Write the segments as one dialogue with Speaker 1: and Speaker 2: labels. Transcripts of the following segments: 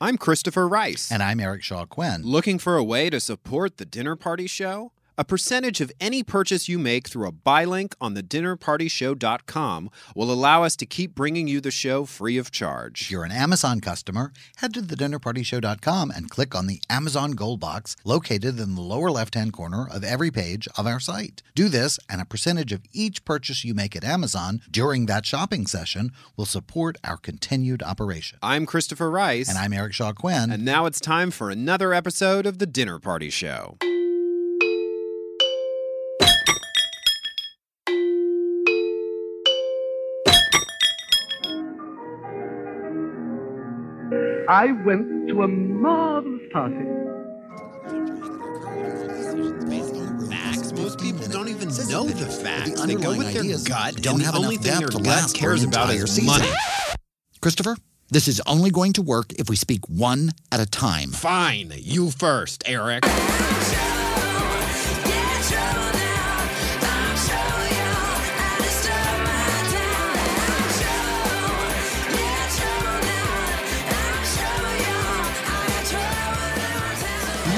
Speaker 1: I'm Christopher Rice.
Speaker 2: And I'm Eric Shaw Quinn.
Speaker 1: Looking for a way to support the Dinner Party Show? A percentage of any purchase you make through a buy link on thedinnerpartyshow.com will allow us to keep bringing you the show free of
Speaker 2: If
Speaker 1: charge.
Speaker 2: you're an Amazon customer, head to thedinnerpartyshow.com and click on the Amazon Gold box located in the lower left hand corner of every page of our site. Do this, and a percentage of each purchase you make at Amazon during that shopping session will support our continued operation.
Speaker 1: I'm Christopher Rice,
Speaker 2: And I'm Eric Shaw Quinn.
Speaker 1: and now it's time for another episode of The Dinner Party Show.
Speaker 3: I went to a marvelous party.
Speaker 1: facts. Most people don't even
Speaker 2: Says
Speaker 1: know
Speaker 2: that
Speaker 1: the
Speaker 2: the
Speaker 1: facts. They go
Speaker 2: underlying
Speaker 1: with their
Speaker 2: ideas
Speaker 1: gut,
Speaker 2: don't
Speaker 1: and
Speaker 2: have
Speaker 1: the
Speaker 2: enough
Speaker 1: only thing
Speaker 2: depth
Speaker 1: their
Speaker 2: to
Speaker 1: gut
Speaker 2: last for
Speaker 1: cares
Speaker 2: an
Speaker 1: about
Speaker 2: entire
Speaker 1: is
Speaker 2: season.
Speaker 1: money.
Speaker 2: Christopher, this is only going to work if we speak one at a time.
Speaker 1: Fine, you first, Eric.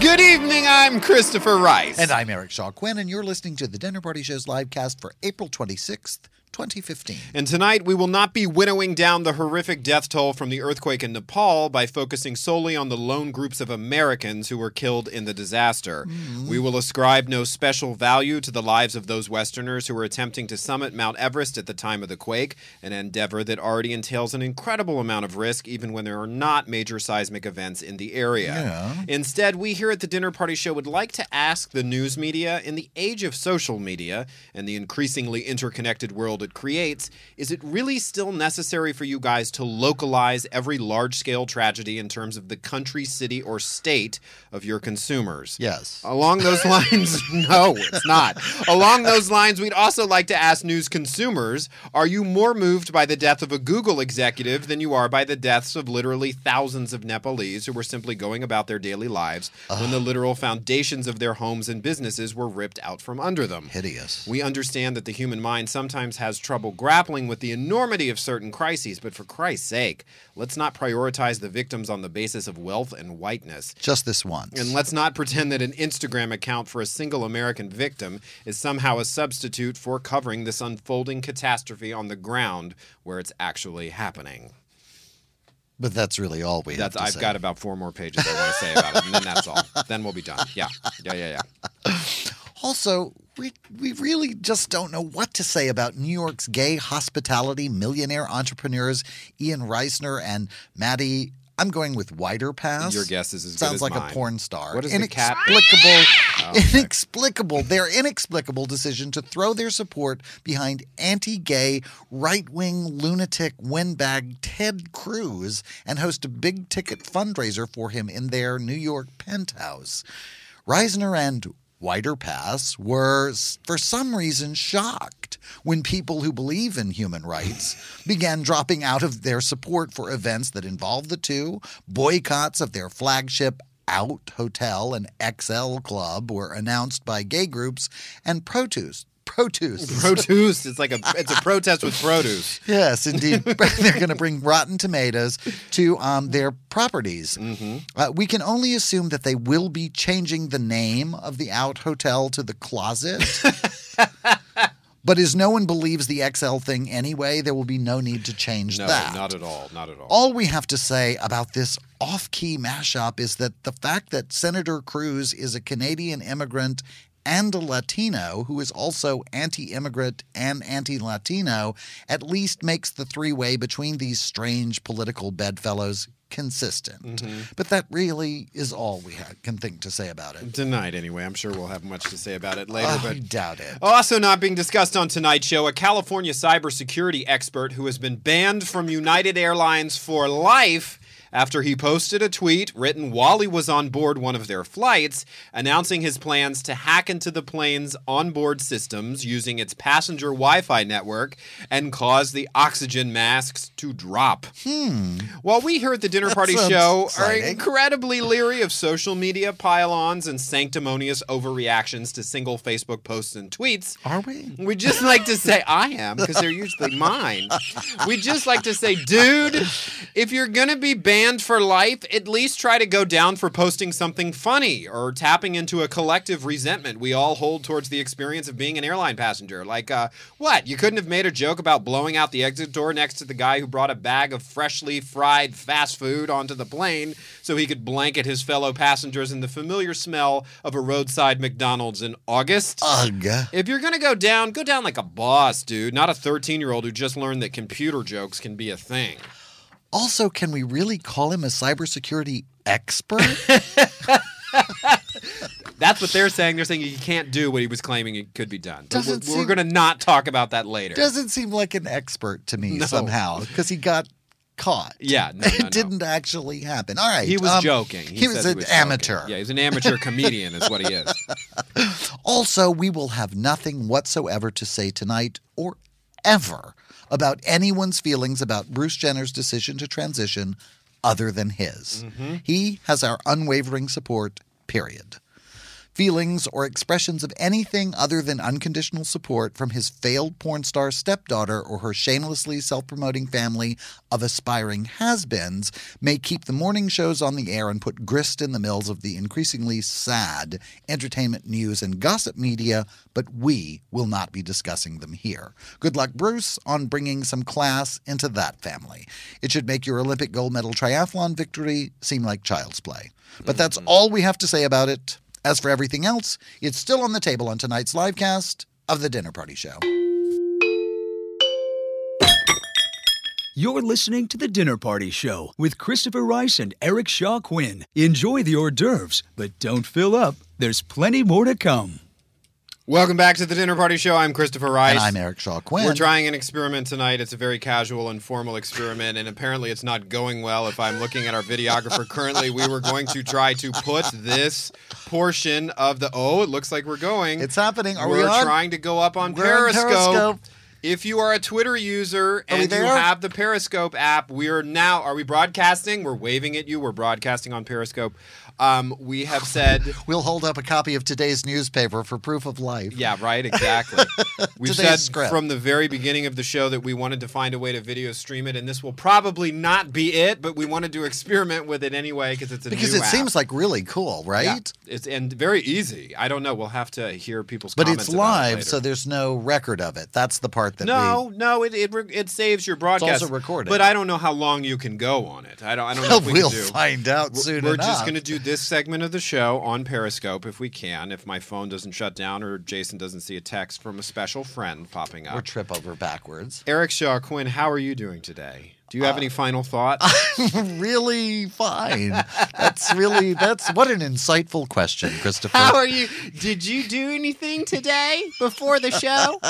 Speaker 1: Good evening, I'm Christopher Rice.
Speaker 2: And I'm Eric Shaw Quinn, and you're listening to the Dinner Party Show's live cast for April 26th, 2015.
Speaker 1: And tonight, we will not be winnowing down the horrific death toll from the earthquake in Nepal by focusing solely on the lone groups of Americans who were killed in the disaster. We will ascribe no special value to the lives of those Westerners who were attempting to summit Mount Everest at the time of the quake, an endeavor that already entails an incredible amount of risk, even when there are not major seismic events in the area. Instead, we here at the Dinner Party Show would like to ask the news media, in the age of social media and the increasingly interconnected world it creates, is it really still necessary for you guys to localize every large scale tragedy in terms of the country, city, or state of your consumers?
Speaker 2: Yes.
Speaker 1: Along those lines, no, it's not. Along those lines, we'd also like to ask news consumers are you more moved by the death of a Google executive than you are by the deaths of literally thousands of Nepalese who were simply going about their daily lives when the literal foundations of their homes and businesses were ripped out from under them?
Speaker 2: Hideous.
Speaker 1: We understand that the human mind sometimes has trouble grappling with the enormity of certain crises, but for Christ's sake, let's not prioritize the victims on the basis of wealth and whiteness.
Speaker 2: Just this once.
Speaker 1: And let's not pretend that an Instagram account for a single American victim is somehow a substitute for covering this unfolding catastrophe on the ground where it's actually happening.
Speaker 2: but that's really all we
Speaker 1: That's
Speaker 2: have to
Speaker 1: I've
Speaker 2: say.
Speaker 1: got about four more pages I want to say about it, and then that's all. Then we'll be done. Yeah, yeah, yeah, yeah.
Speaker 2: Also, we, we really just don't know what to say about New York's gay hospitality millionaire entrepreneurs Ian Reisner and Maddie. I'm going with wider pass.
Speaker 1: Your guess is as good
Speaker 2: Sounds
Speaker 1: as
Speaker 2: like
Speaker 1: mine.
Speaker 2: a porn star.
Speaker 1: What is the cat-
Speaker 2: inexplicable, inexplicable. Their inexplicable decision to throw their support behind anti-gay, right-wing lunatic windbag Ted Cruz and host a big-ticket fundraiser for him in their New York penthouse. Reisner and Wider Pass were, s- for some reason, shocked when people who believe in human rights began dropping out of their support for events that involved the two, boycotts of their flagship Out Hotel and XL Club were announced by gay groups and Protus. Protus.
Speaker 1: Produce. It's like a it's a protest with produce.
Speaker 2: Yes, indeed. They're going to bring Rotten Tomatoes to um, their properties.
Speaker 1: Mm-hmm.
Speaker 2: Uh, we can only assume that they will be changing the name of the out hotel to the closet. but as no one believes the XL thing anyway, there will be no need to change
Speaker 1: No,
Speaker 2: that.
Speaker 1: not at all. Not at all.
Speaker 2: All we have to say about this off key mashup is that the fact that Senator Cruz is a Canadian immigrant and a Latino who is also anti immigrant and anti Latino at least makes the three way between these strange political bedfellows consistent. But that really is all we ha- can think to say about it.
Speaker 1: Tonight, anyway. I'm sure we'll have much to say about it later.
Speaker 2: I
Speaker 1: but
Speaker 2: doubt it.
Speaker 1: Also, not being discussed on tonight's show, a California cybersecurity expert who has been banned from United Airlines for life after he posted a tweet written while he was on board one of their flights announcing his plans to hack into the plane's onboard systems using its passenger Wi Fi network and cause the oxygen masks to drop. While we here at the dinner party
Speaker 2: sounds
Speaker 1: show
Speaker 2: exciting.
Speaker 1: are incredibly leery of social media pylons and sanctimonious overreactions to single Facebook posts and tweets,
Speaker 2: Are we?
Speaker 1: we just like to say I am because they're usually mine. We just like to say, dude, if you're gonna be banned for life, at least try to go down for posting something funny or tapping into a collective resentment we all hold towards the experience of being an airline passenger. Like, uh, what? You couldn't have made a joke about blowing out the exit door next to the guy who brought a bag of freshly fried fast food onto the plane so he could blanket his fellow passengers in the familiar smell of a roadside McDonald's in August.
Speaker 2: Ugh.
Speaker 1: If you're gonna go down, go down like a boss, dude, not a 13 year old who just learned that computer jokes can be a thing.
Speaker 2: Also, can we really call him a cybersecurity expert?
Speaker 1: That's what they're saying. They're saying he can't do what he was claiming it could be done. But
Speaker 2: Doesn't
Speaker 1: we're, we're
Speaker 2: seem-
Speaker 1: gonna not talk about that later.
Speaker 2: doesn't seem like an expert to me
Speaker 1: No.
Speaker 2: somehow because he got caught.
Speaker 1: Yeah, no,
Speaker 2: it
Speaker 1: no, no.
Speaker 2: didn't actually happen. All right,
Speaker 1: He was
Speaker 2: um,
Speaker 1: joking.
Speaker 2: He,
Speaker 1: said
Speaker 2: was an
Speaker 1: joking.
Speaker 2: amateur.
Speaker 1: Yeah, he's an amateur comedian, is what he is.
Speaker 2: Also, we will have nothing whatsoever to say tonight or ever about anyone's feelings about Bruce Jenner's decision to transition, other than his.
Speaker 1: Mm-hmm.
Speaker 2: He has our unwavering support. Period. Feelings or expressions of anything other than unconditional support from his failed porn star stepdaughter or her shamelessly self promoting family of aspiring has beens may keep the morning shows on the air and put grist in the mills of the increasingly sad entertainment news and gossip media, but we will not be discussing them here. Good luck, Bruce, on bringing some class into that family. It should make your Olympic gold medal triathlon victory seem like child's play. But that's
Speaker 1: Mm-hmm.
Speaker 2: all we have to say about it. As for everything else, it's still on the table on tonight's live cast of The Dinner Party Show.
Speaker 4: You're listening to The Dinner Party Show with Christopher Rice and Eric Shaw Quinn. Enjoy the hors d'oeuvres, but don't fill up. There's plenty more to come.
Speaker 1: Welcome back to the dinner party show. I'm Christopher Rice.
Speaker 2: And I'm Eric Shaw Quinn.
Speaker 1: We're trying an experiment tonight. It's a very casual, informal experiment, and apparently it's not going well. If I'm looking at our videographer currently, we were going to try to put this portion of the. Oh, it looks like we're going.
Speaker 2: It's happening. Are
Speaker 1: we're
Speaker 2: we on?
Speaker 1: trying to go up on
Speaker 2: We're on
Speaker 1: Periscope.
Speaker 2: Periscope.
Speaker 1: If you are a Twitter user
Speaker 2: we
Speaker 1: and you
Speaker 2: there?
Speaker 1: have the Periscope app, we are now. Are we broadcasting? We're waving at you. We're broadcasting on Periscope. Um, we have said.
Speaker 2: We'll hold up a copy of today's newspaper for proof of life.
Speaker 1: Yeah, right, exactly. We've
Speaker 2: Today's
Speaker 1: said
Speaker 2: script.
Speaker 1: from the very beginning of the show that we wanted to find a way to video stream it, and this will probably not be it, but we wanted to experiment with it anyway because it's a
Speaker 2: Because
Speaker 1: new
Speaker 2: it
Speaker 1: app.
Speaker 2: seems like really cool, right?
Speaker 1: Yeah, it's and very easy. I don't know. We'll have to hear people's
Speaker 2: But
Speaker 1: comments
Speaker 2: it's
Speaker 1: about it
Speaker 2: live,
Speaker 1: later.
Speaker 2: so there's no record of it. That's the part that
Speaker 1: no, no, it, it re- it saves your broadcast.
Speaker 2: also recorded.
Speaker 1: But I don't know how long you can go on it. I don't. I don't
Speaker 2: we
Speaker 1: know if we
Speaker 2: will
Speaker 1: can do.
Speaker 2: find out
Speaker 1: We're-
Speaker 2: soon
Speaker 1: We're
Speaker 2: enough.
Speaker 1: just going to do this segment of the show on Periscope if we can, if my phone doesn't shut down or Jason doesn't see a text from a special friend popping up.
Speaker 2: or trip over backwards.
Speaker 1: Eric Shaw Quinn, how are you doing today? Do you have any final thoughts?
Speaker 2: really fine. That's really that's what an insightful question, Christopher.
Speaker 5: How are you? Did you do anything today before the show?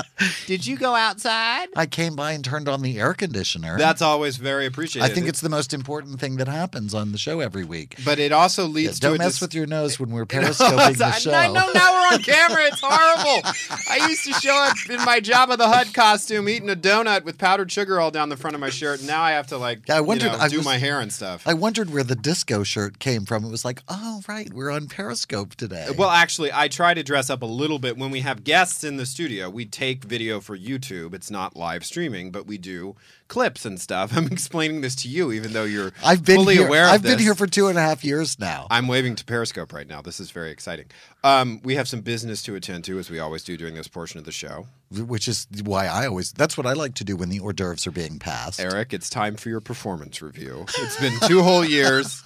Speaker 5: Did you go outside?
Speaker 2: I came by and turned on the air conditioner.
Speaker 1: That's always very appreciated.
Speaker 2: I think it's the most important thing that happens on the show every week.
Speaker 1: but it also
Speaker 2: Yeah,
Speaker 1: leads to
Speaker 2: don't
Speaker 1: a
Speaker 2: mess
Speaker 1: dis-
Speaker 2: with your nose when we're periscoping the show.
Speaker 1: I know now we're on camera. It's horrible. I used to show up in my Jabba the Hutt costume eating a donut with powdered sugar all down the front of my shirt, and now I I have to like
Speaker 2: Yeah, I
Speaker 1: you
Speaker 2: wondered-
Speaker 1: know,
Speaker 2: I
Speaker 1: do
Speaker 2: was-
Speaker 1: my hair and stuff.
Speaker 2: I wondered where the disco shirt came from. It was like, oh right, we're on Periscope today.
Speaker 1: Uh, Well, actually, I try to dress up a little bit when we have guests in the studio. We take video for YouTube. It's not live streaming, but we do clips and stuff. I'm explaining this to you, even though you're
Speaker 2: I've been
Speaker 1: fully
Speaker 2: here.
Speaker 1: aware of
Speaker 2: I've been
Speaker 1: this.
Speaker 2: here for two and a half years now.
Speaker 1: I'm waving to Periscope right now. This is very exciting. Um, we have some business to attend to, as we always do during this portion of the show.
Speaker 2: which is why I always that's what I like to do when the hors d'oeuvres are being passed.
Speaker 1: Eric, it's time for your performance review. It's been two whole years.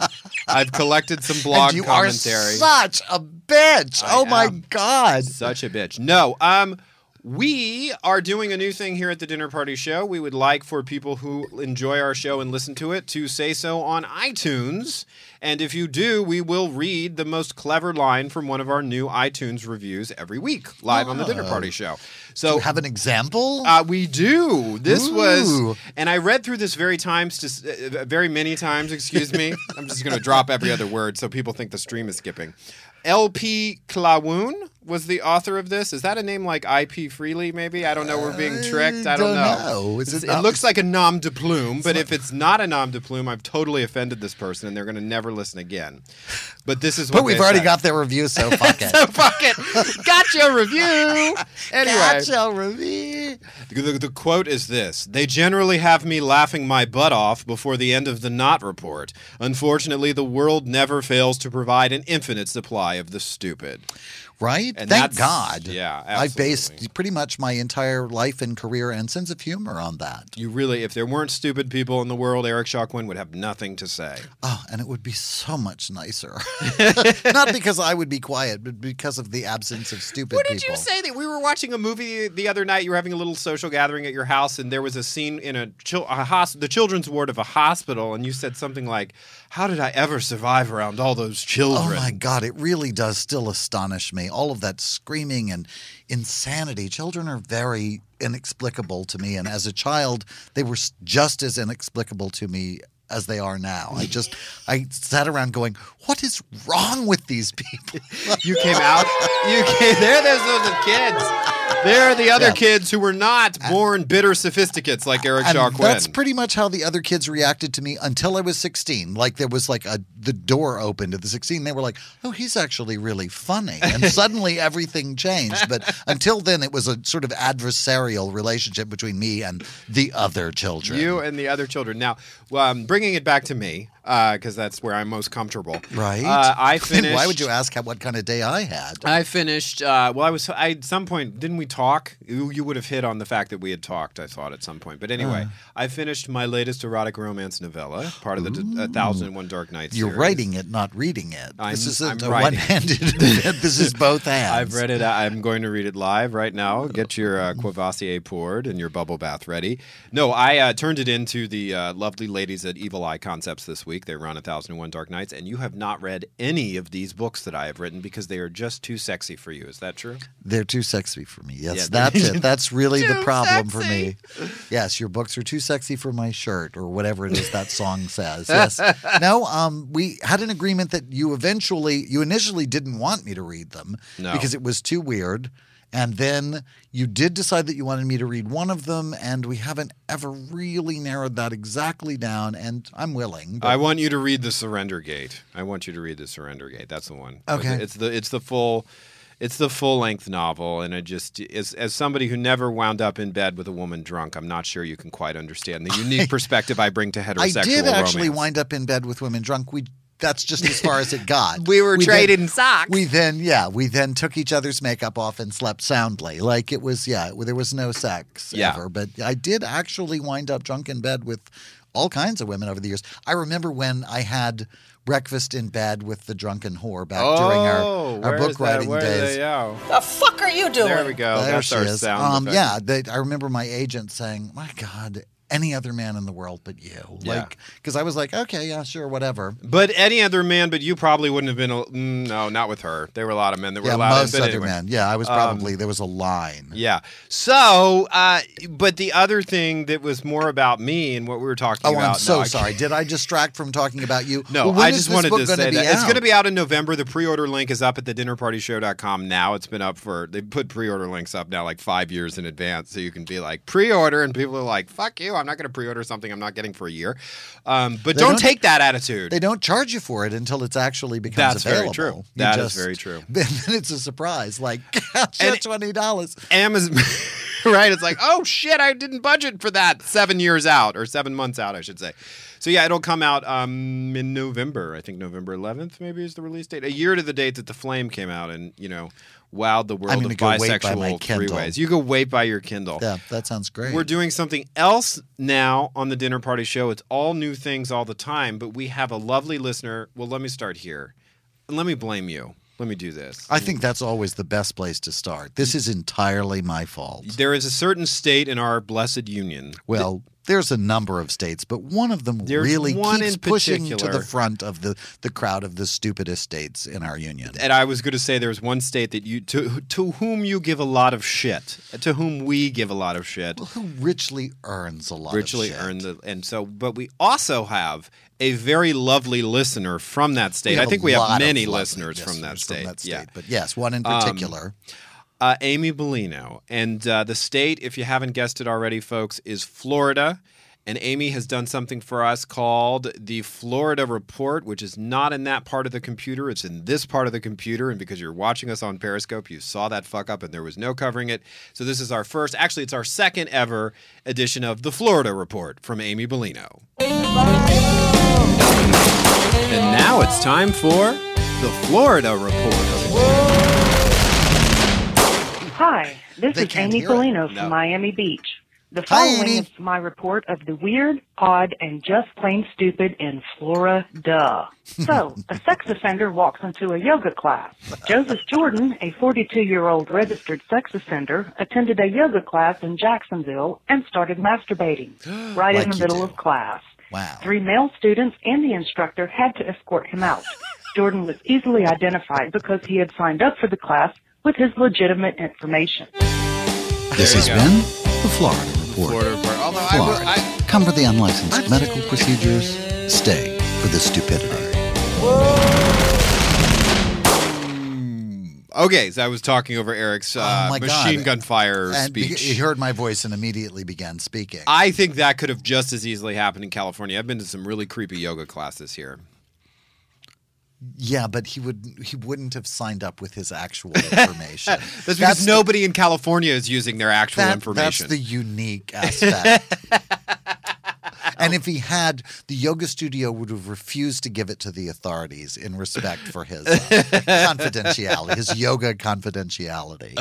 Speaker 1: I've collected some blog
Speaker 2: and you
Speaker 1: commentary.
Speaker 2: are such a bitch. oh my
Speaker 1: am.
Speaker 2: god.
Speaker 1: Such a bitch. No, um, we are doing a new thing here at the Dinner Party Show. We would like for people who enjoy our show and listen to it to say so on iTunes. And if you do, we will read the most clever line from one of our new iTunes reviews every week live on the Dinner Party Show. So
Speaker 2: You have an example?
Speaker 1: uh, we do. This was,
Speaker 2: Ooh.
Speaker 1: and I read through this very times, just uh, very many times. Excuse me. I'm just going to drop every other word so people think the stream is skipping. L.P. Klawoon was the author of this. Is that a name like I.P. Freely? Maybe I don't know. We're being tricked. I don't,
Speaker 2: don't know. Is
Speaker 1: It's-
Speaker 2: it
Speaker 1: it
Speaker 2: not-
Speaker 1: looks like a nom de plume, but if it's not a nom de plume, I've totally offended this person, and they're going to never listen again. But this is what
Speaker 2: but we've
Speaker 1: they
Speaker 2: already
Speaker 1: said.
Speaker 2: got their review, so fuck it.
Speaker 1: fuck it. Got your review. Anyway,
Speaker 2: Gotcha, review.
Speaker 1: the, the- the quote is this They generally have me laughing my butt off before the end of the Knot Report. Unfortunately, the world never fails to provide an infinite supply of the stupid.
Speaker 2: Right?
Speaker 1: And
Speaker 2: Thank
Speaker 1: that's-
Speaker 2: God.
Speaker 1: yeah,
Speaker 2: I
Speaker 1: absolutely.
Speaker 2: based pretty much my entire life and career and sense of humor on that.
Speaker 1: You really, if there weren't stupid people in the world, Eric Shockwin would have nothing to say.
Speaker 2: Oh, and it would be so much nicer. Not because I would be quiet, but because of the absence of stupid
Speaker 1: What
Speaker 2: people.
Speaker 1: did you say that we were watching a movie the other night? You were having a little social gathering at your house, and there was a scene in a, chil- a hos- the children's ward of a hospital, and you said something like, "How did I ever survive around all those
Speaker 2: Oh
Speaker 1: children?"
Speaker 2: my God, it really does still astonish me. All of that screaming and insanity. Children are very inexplicable to me. And as a child, they were s- just as inexplicable to me as they are now. I just, I sat around going, what is wrong with these people?
Speaker 1: You came out. You came there. There's those kids. There are the other
Speaker 2: Yeah.
Speaker 1: kids who were not born bitter sophisticates like Eric
Speaker 2: And
Speaker 1: Jacquin.
Speaker 2: that's pretty much how the other kids reacted to me until I was 16. Like there was like a the door opened at the 16. They were like, "Oh, he's actually really funny." And suddenly everything changed. But until then, it was a sort of adversarial relationship between me and the other children.
Speaker 1: you and the other children. Now, um, bringing it back to me because that's where I'm most comfortable.
Speaker 2: right?
Speaker 1: Uh, I
Speaker 2: Then
Speaker 1: finished.
Speaker 2: Why would you ask how, what kind of day I had?
Speaker 1: I finished. Uh, well, I was. I at some point didn't we talk? You, you would have hit on the fact that we had talked. I thought at some point, but anyway,
Speaker 2: Uh.
Speaker 1: I finished my latest erotic romance novella, part of the d- A Thousand and One Dark Nights.
Speaker 2: You're
Speaker 1: series.
Speaker 2: writing it, not reading it.
Speaker 1: I'm-
Speaker 2: this
Speaker 1: I'm
Speaker 2: isn't a
Speaker 1: writing.
Speaker 2: one-handed. event. this is both hands.
Speaker 1: I've read it. I- I'm going to read it live right now. Get your uh, Courvoisier poured and your bubble bath ready. No, I uh, turned it into the uh, lovely ladies at Evil Eye Concepts this week. They run 1001 Dark Nights, and you have not read any of these books that I have written because they are just too sexy for you. Is that true?
Speaker 2: They're too sexy for me. Yes,
Speaker 1: Yeah,
Speaker 2: that's
Speaker 1: they're-
Speaker 2: it. That's really the problem for me. Yes, your books are too sexy for my shirt or whatever it is that song says. Yes. No, um, we had an agreement that you eventually, you initially didn't want me to read them
Speaker 1: No.
Speaker 2: because it was too weird. And then you did decide that you wanted me to read one of them, and we haven't ever really narrowed that exactly down. And I'm willing. but-
Speaker 1: I want you to read the Surrender Gate. I want you to read the Surrender Gate. That's the one.
Speaker 2: Okay.
Speaker 1: It's the it's the full it's the full length novel, and it just as as somebody who never wound up in bed with a woman drunk, I'm not sure you can quite understand the unique perspective I bring to
Speaker 2: I
Speaker 1: heterosexual
Speaker 2: did actually
Speaker 1: romance.
Speaker 2: wind up in bed with women drunk. We that's just as far as it got.
Speaker 5: We were
Speaker 2: then-
Speaker 5: trading socks.
Speaker 2: We then yeah, we then took each other's makeup off and slept soundly. Like it was yeah, there was no sex
Speaker 1: Yeah.
Speaker 2: ever. But I did actually wind up drunk in bed with all kinds of women over the years. I remember when I had breakfast in bed with the drunken whore back during
Speaker 1: Oh,
Speaker 2: our, our
Speaker 1: where
Speaker 2: book
Speaker 1: is that?
Speaker 2: writing
Speaker 1: Where are
Speaker 2: days.
Speaker 1: they? Oh,
Speaker 6: The fuck are you doing?
Speaker 1: there we go.
Speaker 2: There
Speaker 1: That's
Speaker 2: she
Speaker 1: our
Speaker 2: is.
Speaker 1: sound.
Speaker 2: um,
Speaker 1: effect.
Speaker 2: yeah, they, I remember my agent saying, "My God, any other man in the world but you."
Speaker 1: Yeah.
Speaker 2: Like, because I was like, "Okay, yeah, sure, whatever."
Speaker 1: But any other man, but you probably wouldn't have been. A, mm, no, not with her. There were a lot of men that were
Speaker 2: yeah,
Speaker 1: allowed. in,
Speaker 2: most
Speaker 1: but
Speaker 2: other
Speaker 1: anyway. um,
Speaker 2: men. Yeah, I was probably there was a line.
Speaker 1: Yeah. So, uh, but the other thing that was more about me and what we were talking
Speaker 2: Oh,
Speaker 1: about.
Speaker 2: I'm so
Speaker 1: no, I can't-
Speaker 2: sorry. Did I distract from talking about you?
Speaker 1: No,
Speaker 2: Well, when
Speaker 1: I
Speaker 2: is
Speaker 1: just
Speaker 2: this
Speaker 1: wanted
Speaker 2: book
Speaker 1: to
Speaker 2: gonna
Speaker 1: say
Speaker 2: be
Speaker 1: that it's
Speaker 2: out?
Speaker 1: going to be out in November. The pre-order link is up at the dinnerpartyshow.com now. It's been up for they put pre-order links up now like 5 years in advance so you can be like pre-order and people are like fuck you, I I'm not going to pre-order something I'm not getting for a year. Um, but
Speaker 2: They
Speaker 1: don't,
Speaker 2: don't-
Speaker 1: take that attitude.
Speaker 2: They don't charge you for it until it's actually becomes
Speaker 1: That's very
Speaker 2: available.
Speaker 1: true.
Speaker 2: You
Speaker 1: That is very true.
Speaker 2: Then, then it's a surprise. Like, gotcha,
Speaker 1: And-
Speaker 2: twenty dollars.
Speaker 1: Amazon, right? It's like, oh shit, I didn't budget for that. Seven years out or seven months out, I should say. So yeah, it'll come out um, in November. I think November 11th maybe is the release date. A year to the date that the Flame came out, and you know, wowed the world
Speaker 2: I'm gonna
Speaker 1: of
Speaker 2: go wait by my
Speaker 1: bisexual three
Speaker 2: Kindle.
Speaker 1: ways. You go wait by your Kindle.
Speaker 2: Yeah, that sounds great.
Speaker 1: We're doing something else now on the dinner party show. It's all new things all the time, but we have a lovely listener. Well, let me start here. And let me blame you. Let me do this.
Speaker 2: I think that's always the best place to start. This is entirely my fault.
Speaker 1: there is a certain state in our blessed union
Speaker 2: Well, there's a number of states, but one of them
Speaker 1: There's
Speaker 2: really
Speaker 1: one
Speaker 2: keeps
Speaker 1: in
Speaker 2: pushing to
Speaker 1: particular.
Speaker 2: the front of the, the crowd of the stupidest states in our union.
Speaker 1: and I was going to say there's one state that you to to whom you give a lot of shit, to whom we give a lot of shit,
Speaker 2: Who richly earns a lot
Speaker 1: richly
Speaker 2: of shit.
Speaker 1: earn the and so. But we also have a very lovely listener from that state. I
Speaker 2: a
Speaker 1: think we have
Speaker 2: lot of
Speaker 1: many
Speaker 2: lovely
Speaker 1: listeners, from, that state. Um, Yeah,
Speaker 2: But yes, one in particular.
Speaker 1: uh, Amy Bellino, and uh, the state, if you haven't guessed it already, folks, is Florida. And Amy has done something for us called the Florida Report, which is not in that part of the computer. It's in this part of the computer. And because you're watching us on Periscope, you saw that fuck up and there was no covering it. So this is our first, actually, it's our second ever edition of the Florida Report from Amy Bellino. And now it's time for the Florida Report.
Speaker 6: Hi, this
Speaker 2: They
Speaker 6: is
Speaker 2: can't
Speaker 6: Amy
Speaker 2: hear it.
Speaker 6: Polino
Speaker 1: No.
Speaker 6: from Miami Beach. The
Speaker 2: Hi,
Speaker 6: following
Speaker 2: Amy.
Speaker 6: is my report of the weird, odd, and just plain stupid in Florida. So, a sex offender walks into a yoga class. Joseph Jordan, a 42-year-old registered sex offender, attended a yoga class in Jacksonville and started masturbating right in
Speaker 2: Like
Speaker 6: the
Speaker 2: you
Speaker 6: middle
Speaker 2: do.
Speaker 6: of class.
Speaker 2: Wow.
Speaker 6: Three male students and the instructor had to escort him out. Jordan was easily identified because he had signed up for the class with his legitimate information.
Speaker 2: this
Speaker 1: There
Speaker 2: has
Speaker 1: you go.
Speaker 2: been the Florida Report.
Speaker 1: Florida Report. Although I will-
Speaker 2: Florida.
Speaker 1: I,
Speaker 2: Come for the unlicensed medical procedures. Stay for the stupidity.
Speaker 1: Okay, so I was talking over Eric's uh,
Speaker 2: Oh my God.
Speaker 1: machine gun fire
Speaker 2: And he-
Speaker 1: speech.
Speaker 2: he heard my voice and immediately began speaking.
Speaker 1: I think that could have just as easily happened in California. I've been to some really creepy yoga classes here.
Speaker 2: yeah, but he would he wouldn't have signed up with his actual information.
Speaker 1: That's because nobody in California is using their actual
Speaker 2: That-
Speaker 1: information.
Speaker 2: That's the unique aspect. and if he had, the yoga studio would have refused to give it to the authorities in respect for his uh, confidentiality, his yoga confidentiality.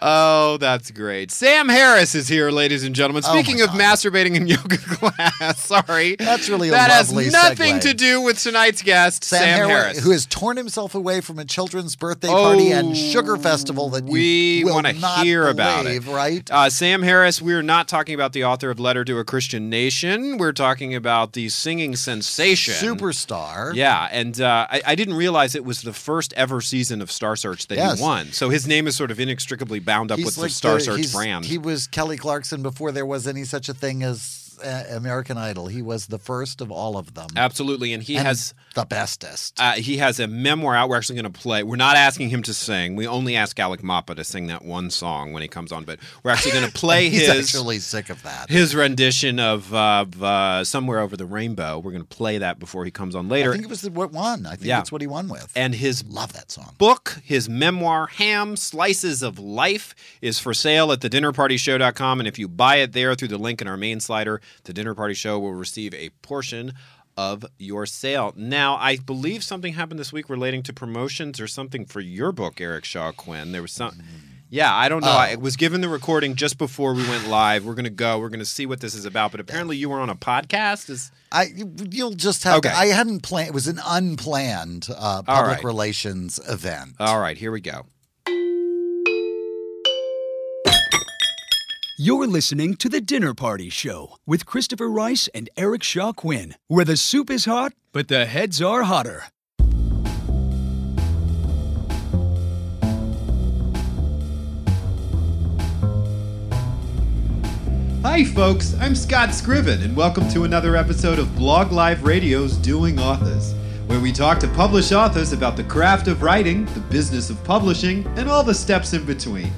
Speaker 1: oh, that's great. Sam Harris is here, ladies and gentlemen.
Speaker 2: Oh my
Speaker 1: Speaking of
Speaker 2: God.
Speaker 1: masturbating in yoga class, sorry.
Speaker 2: That's really a
Speaker 1: That
Speaker 2: lovely
Speaker 1: has nothing
Speaker 2: segue.
Speaker 1: to do with tonight's guest, Sam,
Speaker 2: Harris,
Speaker 1: Harris.
Speaker 2: who has torn himself away from a children's birthday party
Speaker 1: Oh,
Speaker 2: and sugar festival that
Speaker 1: we
Speaker 2: you will
Speaker 1: want to
Speaker 2: not
Speaker 1: hear about it.
Speaker 2: believe, right?
Speaker 1: Uh, Sam Harris, we're not talking about the author of Letter to a Christian Nation. We're talking about the singing sensation.
Speaker 2: Superstar.
Speaker 1: Yeah, and uh, I, I didn't realize it was the first ever season of Star Search that
Speaker 2: Yes.
Speaker 1: he won. So his name is sort of inextricably bound up
Speaker 2: He's
Speaker 1: with
Speaker 2: like
Speaker 1: the Star
Speaker 2: the-
Speaker 1: Search
Speaker 2: he's-
Speaker 1: brand.
Speaker 2: He was Kelly Clarkson before there was any such a thing as uh, American Idol. He was the first of all of them.
Speaker 1: Absolutely, and he
Speaker 2: and
Speaker 1: has
Speaker 2: the bestest.
Speaker 1: uh, he has a memoir out. We're actually going to play. We're not asking him to sing. We only ask Alec Mappa to sing that one song when he comes on. But we're actually going to play
Speaker 2: He's
Speaker 1: his
Speaker 2: actually sick of that.
Speaker 1: his rendition of, uh, of uh, "Somewhere Over the Rainbow." We're going to play that before he comes on
Speaker 2: I
Speaker 1: later.
Speaker 2: think it was the what one. I think
Speaker 1: Yeah.
Speaker 2: that's what he won with.
Speaker 1: and his
Speaker 2: Love that song.
Speaker 1: book, his memoir, Ham Slices of Life, is for sale at thedinnerpartyshow.com. And if you buy it there through the link in our main slider, The Dinner Party Show will receive a portion of your sale. Now, I believe something happened this week relating to promotions or something for your book, Eric Shaw Quinn. There was some. Yeah, I don't know. I was given the recording just before we went live. We're going to go. We're going to see what this is about. But apparently, you were on a podcast. Is
Speaker 2: I you'll just have.
Speaker 1: Okay.
Speaker 2: I hadn't planned. It was an unplanned uh,
Speaker 1: All
Speaker 2: public
Speaker 1: right.
Speaker 2: relations event.
Speaker 1: all right. Here we go.
Speaker 4: You're listening to The Dinner Party Show with Christopher Rice and Eric Shaw Quinn, where the soup is hot, but the heads are hotter.
Speaker 1: Hi, folks, I'm Scott Scriven, and welcome to another episode of Blog Live Radio's Doing Authors, where we talk to published authors about the craft of writing, the business of publishing, and all the steps in between.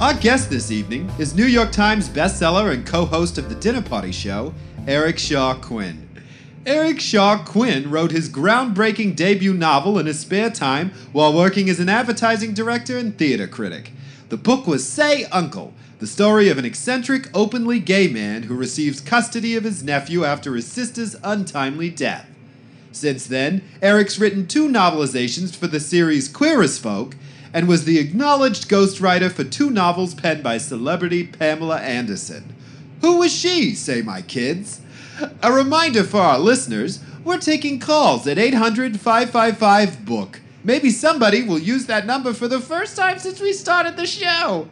Speaker 1: Our guest this evening is New York Times bestseller and co host of The Dinner Party Show, Eric Shaw Quinn. Eric Shaw Quinn wrote his groundbreaking debut novel in his spare time while working as an advertising director and theater critic. The book was Say Uncle, the story of an eccentric, openly gay man who receives custody of his nephew after his sister's untimely death. Since then, Eric's written two novelizations for the series Queer as Folk and was the acknowledged ghostwriter for two novels penned by celebrity Pamela Anderson. Who was she, say my kids? A reminder for our listeners we're taking calls at 800 555 Book. Maybe somebody will use that number for the first time since we started the show.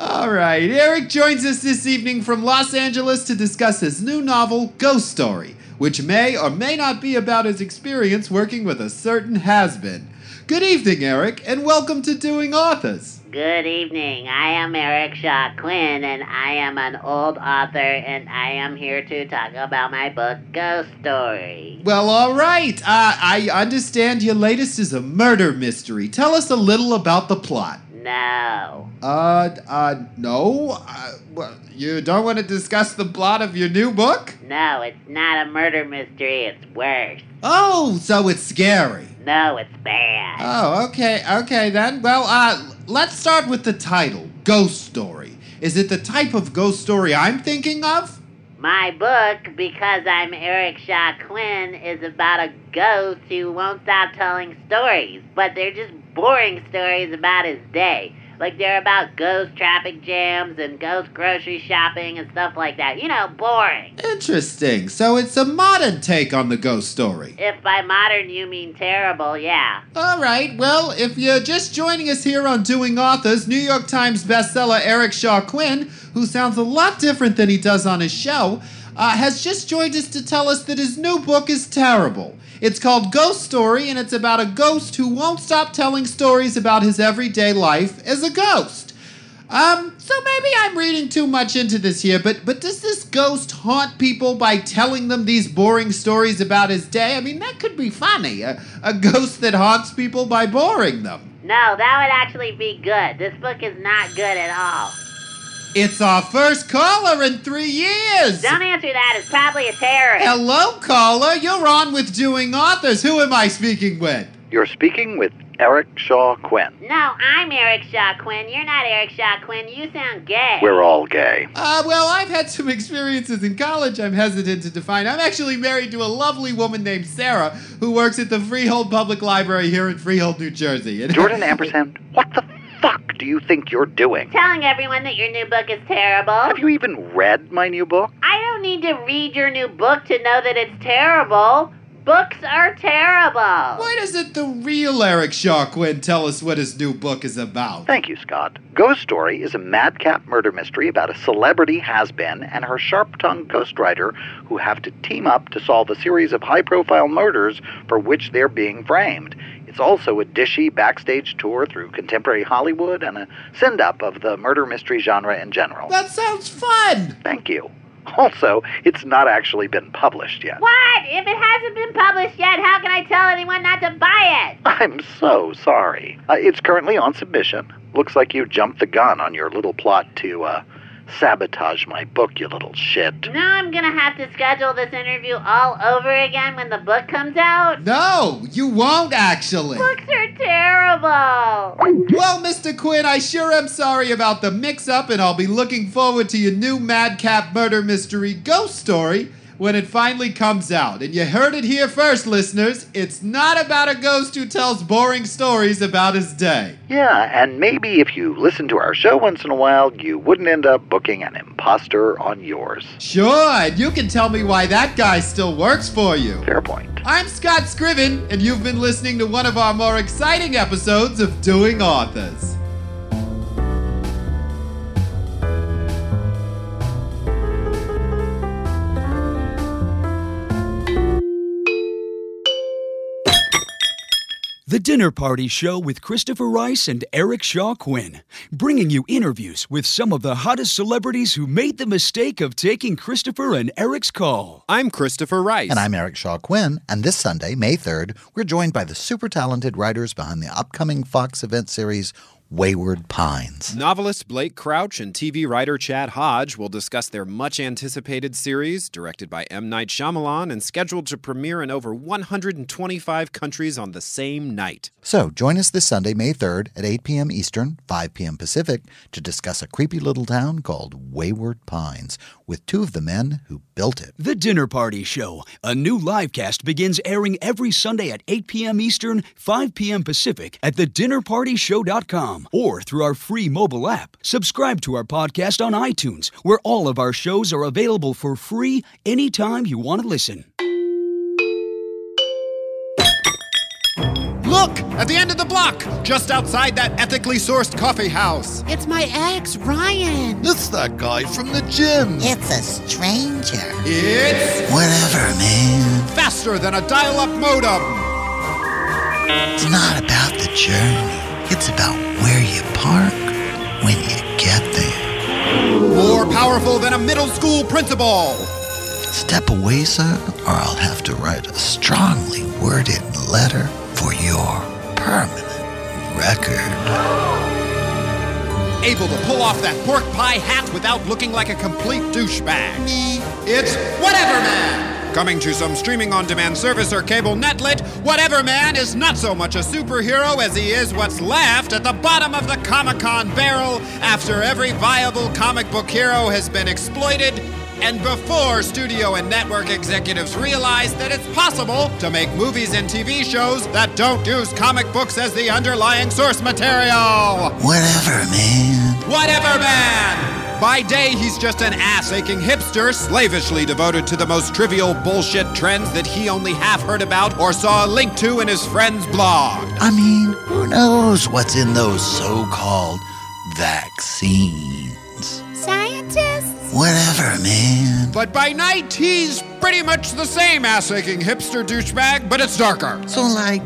Speaker 1: All right, Eric joins us this evening from Los Angeles to discuss his new novel, Ghost Story, which may or may not be about his experience working with a certain has been. Good evening, Eric, and welcome to Doing Authors.
Speaker 7: Good evening. I am Eric Shaw Quinn, and I am an old author, and I am here to talk about my book, Ghost Story.
Speaker 1: Well, all right. Uh, I understand your latest is a murder mystery. Tell us a little about the plot.
Speaker 7: No.
Speaker 1: Uh, uh, no. Uh, well, you don't want to discuss the plot of your new book?
Speaker 7: No, it's not a murder mystery. It's worse.
Speaker 1: Oh, so it's scary.
Speaker 7: No, it's bad.
Speaker 1: Oh, okay, okay then. Well, uh, let's start with the title Ghost Story. Is it the type of ghost story I'm thinking of?
Speaker 7: My book, Because I'm Eric Shaw Quinn, is about a ghost who won't stop telling stories, but they're just boring stories about his day. Like they're about ghost traffic jams and ghost grocery shopping and stuff like that. You know, boring.
Speaker 1: Interesting. So it's a modern take on the ghost story.
Speaker 7: If by modern you mean terrible, yeah.
Speaker 1: All right, well, if you're just joining us here on Doing Authors, New York Times bestseller Eric Shaw Quinn, who sounds a lot different than he does on his show, uh, has just joined us to tell us that his new book is terrible. It's called Ghost Story, and it's about a ghost who won't stop telling stories about his everyday life as a ghost. Um, so maybe I'm reading too much into this here, but but does this ghost haunt people by telling them these boring stories about his day? I mean, that could be funny. A, a ghost that haunts people by boring them.
Speaker 7: No, that would actually be good. This book is not good at all.
Speaker 1: It's our first caller in three years.
Speaker 7: Don't answer that. It's probably a terrorist.
Speaker 1: Hello, caller. You're on with Doing Authors. Who am I speaking with?
Speaker 8: You're speaking with Eric Shaw Quinn.
Speaker 7: No, I'm Eric Shaw Quinn. You're not Eric Shaw Quinn. You sound gay.
Speaker 8: We're all gay.
Speaker 1: Uh, well, I've had some experiences in college I'm hesitant to define. I'm actually married to a lovely woman named Sarah who works at the Freehold Public Library here in Freehold, New Jersey. And-
Speaker 8: Jordan Ampersand, what the fuck do you think you're doing?
Speaker 7: Telling everyone that your new book is
Speaker 8: Have
Speaker 7: terrible.
Speaker 8: you even read my new book?
Speaker 7: I don't need to read your new book to know that it's terrible. Books are terrible.
Speaker 1: Why doesn't the real Eric Shaw Quinn tell us what his new book is about?
Speaker 8: Thank you, Scott. Ghost Story is a madcap murder mystery about a celebrity has been and her sharp tongued ghostwriter who have to team up to solve a series of high profile murders for which they're being framed. It's also a dishy backstage tour through contemporary Hollywood and a send up of the murder mystery genre in general.
Speaker 1: That sounds fun!
Speaker 8: Thank you. Also, it's not actually been published yet.
Speaker 7: What? If it hasn't been published yet, how can I tell anyone not to buy it?
Speaker 8: I'm so sorry. Uh, it's currently on submission. Looks like you jumped the gun on your little plot to uh, sabotage my book, you little shit.
Speaker 7: Now I'm gonna have to schedule this interview all over again when the book comes out.
Speaker 1: No, you won't actually.
Speaker 7: Books are terrible.
Speaker 1: Well, Mr. Quinn, I sure am sorry about the mix up, and I'll be looking forward to your new madcap murder mystery ghost story when it finally comes out. And you heard it here first, listeners. It's not about a ghost who tells boring stories about his day.
Speaker 8: Yeah, and maybe if you listened to our show once in a while, you wouldn't end up booking an imposter on yours.
Speaker 1: Sure, and you can tell me why that guy still works for you.
Speaker 8: Fair point.
Speaker 1: I'm Scott Scriven, and you've been listening to one of our more exciting episodes of Doing Authors.
Speaker 4: The Dinner Party Show with Christopher Rice and Eric Shaw Quinn, bringing you interviews with some of the hottest celebrities who made the mistake of taking Christopher and Eric's call.
Speaker 1: I'm Christopher Rice.
Speaker 2: And I'm Eric Shaw Quinn, and this Sunday, May 3rd, we're joined by the super talented writers behind the upcoming Fox event series Wayward Pines.
Speaker 1: Novelist Blake Crouch and TV writer Chad Hodge will discuss their much anticipated series, directed by M. Night Shyamalan and scheduled to premiere in over 125 countries on the same night.
Speaker 2: So join us this Sunday, May 3rd at 8 p.m. Eastern, 5 p.m. Pacific, to discuss a creepy little town called Wayward Pines with two of the men who built it.
Speaker 4: The Dinner Party Show, a new live cast begins airing every Sunday at 8 p.m. Eastern, 5 p.m. Pacific at thedinnerpartyshow.com or through our free mobile app. Subscribe to our podcast on iTunes, where all of our shows are available for free anytime you want to listen.
Speaker 1: Look! At the end of the block! Just outside that ethically sourced coffee house!
Speaker 5: It's my ex, Ryan.
Speaker 2: That's that guy from the gym.
Speaker 9: It's a stranger.
Speaker 1: It's
Speaker 2: Whatever, man.
Speaker 1: faster than a dial up modem!
Speaker 2: It's not about the journey, it's about where you park when you get there.
Speaker 1: More powerful than a middle school principal!
Speaker 2: Step away, sir, or I'll have to write a strongly worded letter for your permanent record.
Speaker 1: Able to pull off that pork pie hat without looking like a complete douchebag! It's Whatever Man! Coming to some streaming on demand service or cable netlet, Whatever Man is not so much a superhero as he is what's left at the bottom of the Comic Con barrel after every viable comic book hero has been exploited and before studio and network executives realize that it's possible to make movies and TV shows that don't use comic books as the underlying source material.
Speaker 2: Whatever, man.
Speaker 1: Whatever man! By day, he's just an ass aching hipster, slavishly devoted to the most trivial bullshit trends that he only half heard about or saw a link to in his friend's blog.
Speaker 2: I mean, who knows what's in those so called vaccines?
Speaker 10: Scientists?
Speaker 2: Whatever, man.
Speaker 1: But by night, he's pretty much the same ass aching hipster douchebag, but it's darker.
Speaker 2: So, like,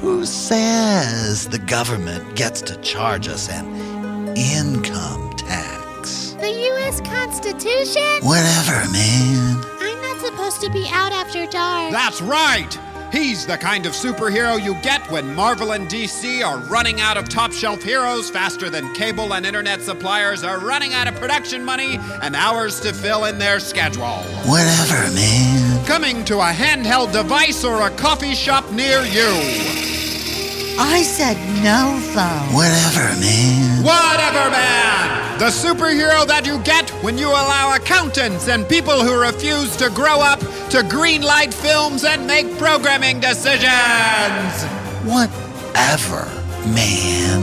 Speaker 2: who says the government gets to charge us an income tax?
Speaker 10: The U.S. Constitution?
Speaker 2: Whatever, man.
Speaker 10: I'm not supposed to be out after dark.
Speaker 1: That's right! He's the kind of superhero you get when Marvel and DC are running out of top shelf heroes faster than cable and internet suppliers are running out of production money and hours to fill in their schedule.
Speaker 2: Whatever, man.
Speaker 1: Coming to a handheld device or a coffee shop near you.
Speaker 9: I said no phone.
Speaker 2: Whatever, man.
Speaker 1: Whatever Man! The superhero that you get when you allow accountants and people who refuse to grow up to greenlight films and make programming decisions!
Speaker 2: Whatever, man.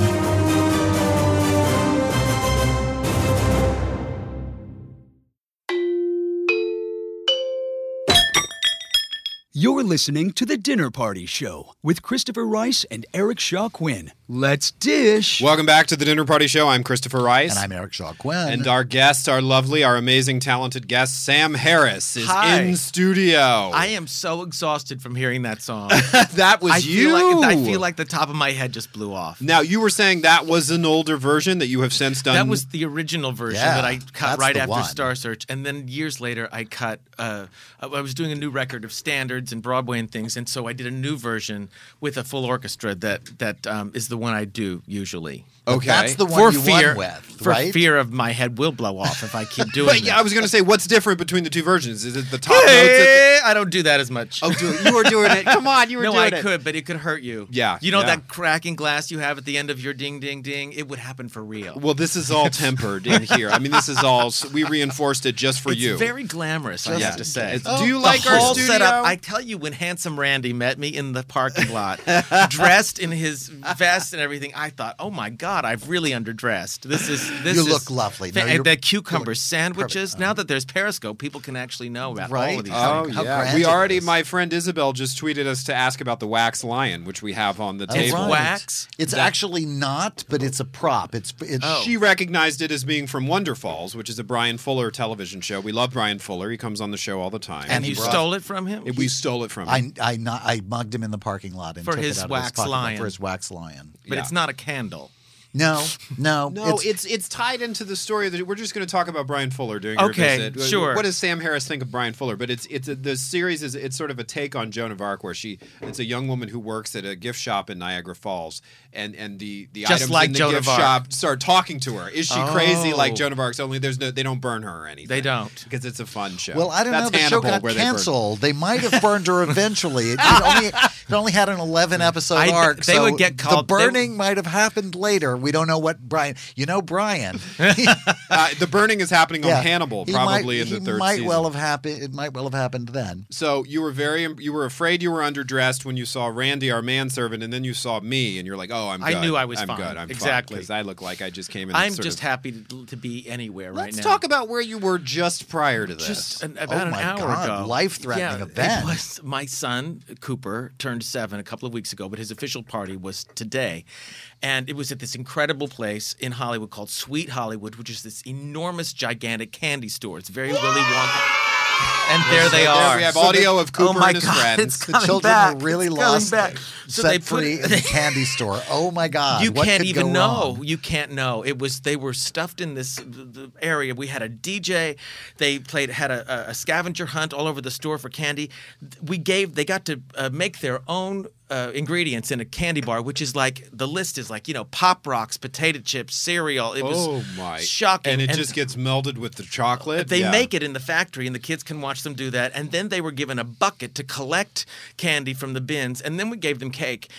Speaker 4: You're listening to The Dinner Party Show with Christopher Rice and Eric Shaw Quinn. Let's dish.
Speaker 1: Welcome back to the Dinner Party Show. I'm Christopher Rice.
Speaker 2: And I'm Eric Shaw Quinn.
Speaker 5: uh,
Speaker 1: And our guests are lovely, our amazing, talented guest, Sam Harris, is
Speaker 5: Hi.
Speaker 1: in studio.
Speaker 5: I am so exhausted from hearing that song.
Speaker 1: that was
Speaker 5: I
Speaker 1: you.
Speaker 5: Feel like, I feel like the top of my head just blew off.
Speaker 1: Now, you were saying that was an older version that you have since done.
Speaker 5: That was the original version
Speaker 2: Yeah,
Speaker 5: that I cut
Speaker 2: that's
Speaker 5: right
Speaker 2: the
Speaker 5: after
Speaker 2: one.
Speaker 5: Star Search, and then years later I cut. Uh, I I was doing a new record of standards and Broadway and things, and so I did a new version with a full orchestra. That that um, is the one I do usually.
Speaker 1: okay.
Speaker 2: That's the one
Speaker 5: for
Speaker 2: you
Speaker 5: fear,
Speaker 2: won with,
Speaker 5: for
Speaker 2: right?
Speaker 5: fear of my head will blow off if I keep doing.
Speaker 1: But yeah, I
Speaker 5: this.
Speaker 1: was going to say, what's different between the two versions? Is it the top notes? at the-
Speaker 5: Hey, I don't do that as much.
Speaker 1: oh, dude, you were doing it. Come on, you were
Speaker 5: no,
Speaker 1: doing
Speaker 5: I
Speaker 1: it.
Speaker 5: could, but it could hurt you.
Speaker 1: Yeah,
Speaker 5: You know
Speaker 1: yeah.
Speaker 5: that cracking glass you have at the end of your ding, ding, ding? It would happen for real.
Speaker 1: Well, this is all tempered in here. I mean, this is all. We reinforced it just for
Speaker 5: it's
Speaker 1: you.
Speaker 5: very glamorous, I have to say.
Speaker 1: It's- do you like
Speaker 5: Oh, the
Speaker 1: our
Speaker 5: whole
Speaker 1: studio?
Speaker 5: setup. I tell you, when handsome Randy met me in the parking lot, dressed in his vest and everything, I thought, "Oh my God, I've really underdressed. This is this.
Speaker 2: You
Speaker 5: is
Speaker 2: look lovely. No,
Speaker 5: Fa-
Speaker 2: you're-
Speaker 5: the cucumber sandwiches. Now that there's Periscope, people can actually know about all
Speaker 2: Right?
Speaker 5: of these.
Speaker 1: Oh
Speaker 5: things.
Speaker 2: How
Speaker 1: yeah,
Speaker 2: grand
Speaker 1: we
Speaker 2: it
Speaker 1: already.
Speaker 2: is.
Speaker 1: My friend Isabel just tweeted us to ask about the wax lion, which we have on the
Speaker 5: It's
Speaker 1: table.
Speaker 2: right.
Speaker 5: wax. Oh.
Speaker 2: It's actually not, but it's a prop. It's it's
Speaker 1: She recognized it as being from Wonder Falls, which is a Brian Fuller television show. We love Brian Fuller; he comes on the show all the time.
Speaker 5: And you
Speaker 2: brought-
Speaker 5: stole it from him.
Speaker 1: And we stole it from him.
Speaker 2: I I not, I mugged him in the parking lot and
Speaker 5: For
Speaker 2: took
Speaker 5: his
Speaker 2: it out of
Speaker 5: wax
Speaker 2: his pocket book
Speaker 5: lion.
Speaker 2: for his wax lion.
Speaker 5: but it's not a candle.
Speaker 2: No, no,
Speaker 1: No, it's it's, tied into the story that we're just going to talk about Brian Fuller doing.
Speaker 5: Okay,
Speaker 1: Revisit.
Speaker 5: sure.
Speaker 1: What does Sam Harris think of Brian Fuller? But it's it's a, the series is it's sort of a take on Joan of Arc, where she it's a young woman who works at a gift shop in Niagara Falls, and and the the
Speaker 5: Just
Speaker 1: items
Speaker 5: like
Speaker 1: in the
Speaker 5: Joan
Speaker 1: gift
Speaker 5: of Arc.
Speaker 1: shop start talking to her. Is she crazy like
Speaker 5: Oh.
Speaker 1: Joan of Arc? Only there's no they don't burn her or anything.
Speaker 5: They don't.
Speaker 1: because it's a fun show.
Speaker 2: Well, I don't
Speaker 1: That's
Speaker 2: know. The
Speaker 1: Hannibal,
Speaker 2: show got
Speaker 1: where they burn-
Speaker 2: canceled. They, might have burned her eventually. It, it only, it only had an eleven episode
Speaker 5: I-
Speaker 2: arc.
Speaker 5: they
Speaker 2: so
Speaker 5: would get
Speaker 2: The
Speaker 5: called- they would-
Speaker 2: burning might have happened later. We don't know what Brian. You know Brian.
Speaker 1: Uh, the burning is happening
Speaker 2: Yeah.
Speaker 1: on Hannibal,
Speaker 2: He
Speaker 1: probably
Speaker 2: might,
Speaker 1: in the
Speaker 2: he
Speaker 1: third
Speaker 2: might
Speaker 1: season.
Speaker 2: well have happened. It might well have happened then.
Speaker 1: So you were very you were afraid you were underdressed when you saw Randy, our manservant, and then you saw me, and you're like, "Oh, I'm."
Speaker 5: I
Speaker 1: Good.
Speaker 5: knew I was
Speaker 1: I'm
Speaker 5: fine.
Speaker 1: good. I'm
Speaker 5: Exactly.
Speaker 1: because I look like I just came in.
Speaker 5: I'm
Speaker 1: sort
Speaker 5: just
Speaker 1: of-
Speaker 5: happy to, to be anywhere right
Speaker 1: Let's
Speaker 5: now.
Speaker 1: talk about where you were just prior to this.
Speaker 5: just an,
Speaker 2: Oh
Speaker 5: about an
Speaker 2: my
Speaker 5: hour
Speaker 2: God,
Speaker 5: ago.
Speaker 2: life-threatening
Speaker 5: yeah,
Speaker 2: event.
Speaker 5: It was my son Cooper turned seven a couple of weeks ago, but his official party was today, and it was at this incredible place in Hollywood called Sweet Hollywood, which is this enormous, gigantic candy store. It's very Willy Wonka. And there they
Speaker 1: there
Speaker 5: are.
Speaker 1: we have audio of Cooper
Speaker 5: oh my
Speaker 1: and his
Speaker 5: God,
Speaker 1: friends.
Speaker 5: It's
Speaker 2: The
Speaker 5: coming
Speaker 2: children
Speaker 5: back.
Speaker 2: were really
Speaker 5: It's coming
Speaker 2: lost.
Speaker 5: back. So
Speaker 2: set
Speaker 5: they put
Speaker 2: free in the candy store. Oh my God!
Speaker 5: you
Speaker 2: what
Speaker 5: can't
Speaker 2: could
Speaker 5: even
Speaker 2: go
Speaker 5: know.
Speaker 2: wrong?
Speaker 5: You can't know. It was they were stuffed in this uh, area. We had a DJ. They played had a, a scavenger hunt all over the store for candy. We gave. They got to uh, make their own. Uh, ingredients in a candy bar, which is like the list is like you know pop rocks, potato chips, cereal. It was
Speaker 1: oh my,
Speaker 5: shocking,
Speaker 1: And it just gets melded with the chocolate.
Speaker 5: they
Speaker 1: Yeah.
Speaker 5: make it in the factory, and the kids can watch them do that. And then they were given a bucket to collect candy from the bins, and then we gave them cake.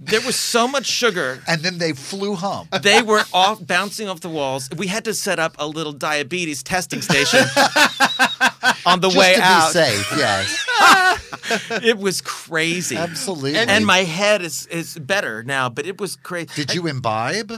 Speaker 5: There was so much sugar
Speaker 2: And then they flew home.
Speaker 5: they were off bouncing off the walls. We had to set up a little diabetes testing station on the
Speaker 2: Just
Speaker 5: way
Speaker 2: to be
Speaker 5: out.
Speaker 2: safe, yes,
Speaker 5: It was crazy.
Speaker 2: absolutely.
Speaker 5: And my head is is better now, but it was crazy.
Speaker 2: did you imbibe?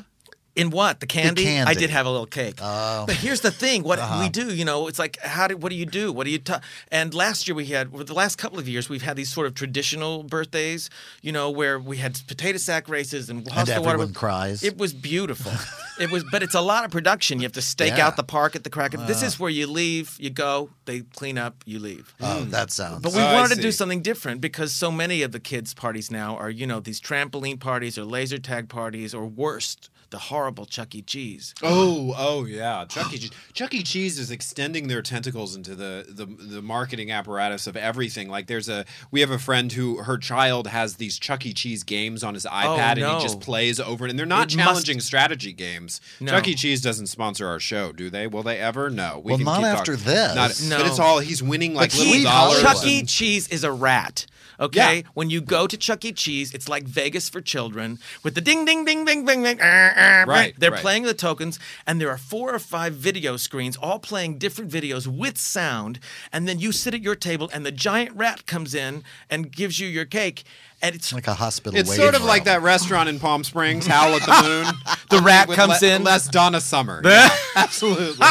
Speaker 5: In what? The candy?
Speaker 2: candy. Uh-huh.
Speaker 5: I did have a little cake. Oh. But here's the thing, what we do, you know, it's like how do what do you do? What do you ta- And last year we had well, the last couple of years we've had these sort of traditional birthdays, you know, where we had potato sack races and House of
Speaker 2: everyone
Speaker 5: Water
Speaker 2: cries.
Speaker 5: It was beautiful. it was but it's a lot of production. You have to stake
Speaker 2: Yeah.
Speaker 5: out the park at the crack of This is where you leave, you go, they clean up, you leave.
Speaker 2: Oh, that sounds.
Speaker 5: Mm. But we
Speaker 1: Oh, I
Speaker 5: wanted to do
Speaker 1: see.
Speaker 5: something different because so many of the kids' parties now are, you know, these trampoline parties or laser tag parties or worst, the horrible Chuck E. Cheese.
Speaker 1: Oh, oh yeah, Chuck E. Cheese. Chuck E. Cheese is extending their tentacles into the, the the marketing apparatus of everything. Like there's a we have a friend who her child has these Chuck E. Cheese games on his iPad, and
Speaker 5: Oh, no.
Speaker 1: he just plays over it. And they're not
Speaker 5: It must-
Speaker 1: challenging strategy games.
Speaker 5: No.
Speaker 1: Chuck E. Cheese doesn't sponsor our show, do they? Will they ever? No. We
Speaker 2: Well, not
Speaker 1: keep
Speaker 2: after
Speaker 1: talking.
Speaker 2: this.
Speaker 5: No.
Speaker 1: But it's all he's winning like
Speaker 2: But
Speaker 1: little
Speaker 2: Sweet
Speaker 5: He-
Speaker 1: dollars.
Speaker 5: Chuck E.
Speaker 1: and-
Speaker 5: Cheese is a rat. Okay,
Speaker 1: Yeah.
Speaker 5: when you go to Chuck E. Cheese, it's like Vegas for children with the ding, ding, ding, ding, ding, ding. Right,
Speaker 1: Right,
Speaker 5: They're
Speaker 1: right.
Speaker 5: playing the tokens, and there are four or five video screens, all playing different videos with sound. And then you sit at your table, and the giant rat comes in and gives you your cake, and it's
Speaker 2: like a hospital.
Speaker 1: It's
Speaker 2: waiting
Speaker 1: sort of like
Speaker 2: room.
Speaker 1: that restaurant in Palm Springs, Howl at the Moon.
Speaker 5: The rat
Speaker 1: With
Speaker 5: comes
Speaker 1: le-
Speaker 5: in.
Speaker 1: Less Donna Summer. Yeah, absolutely.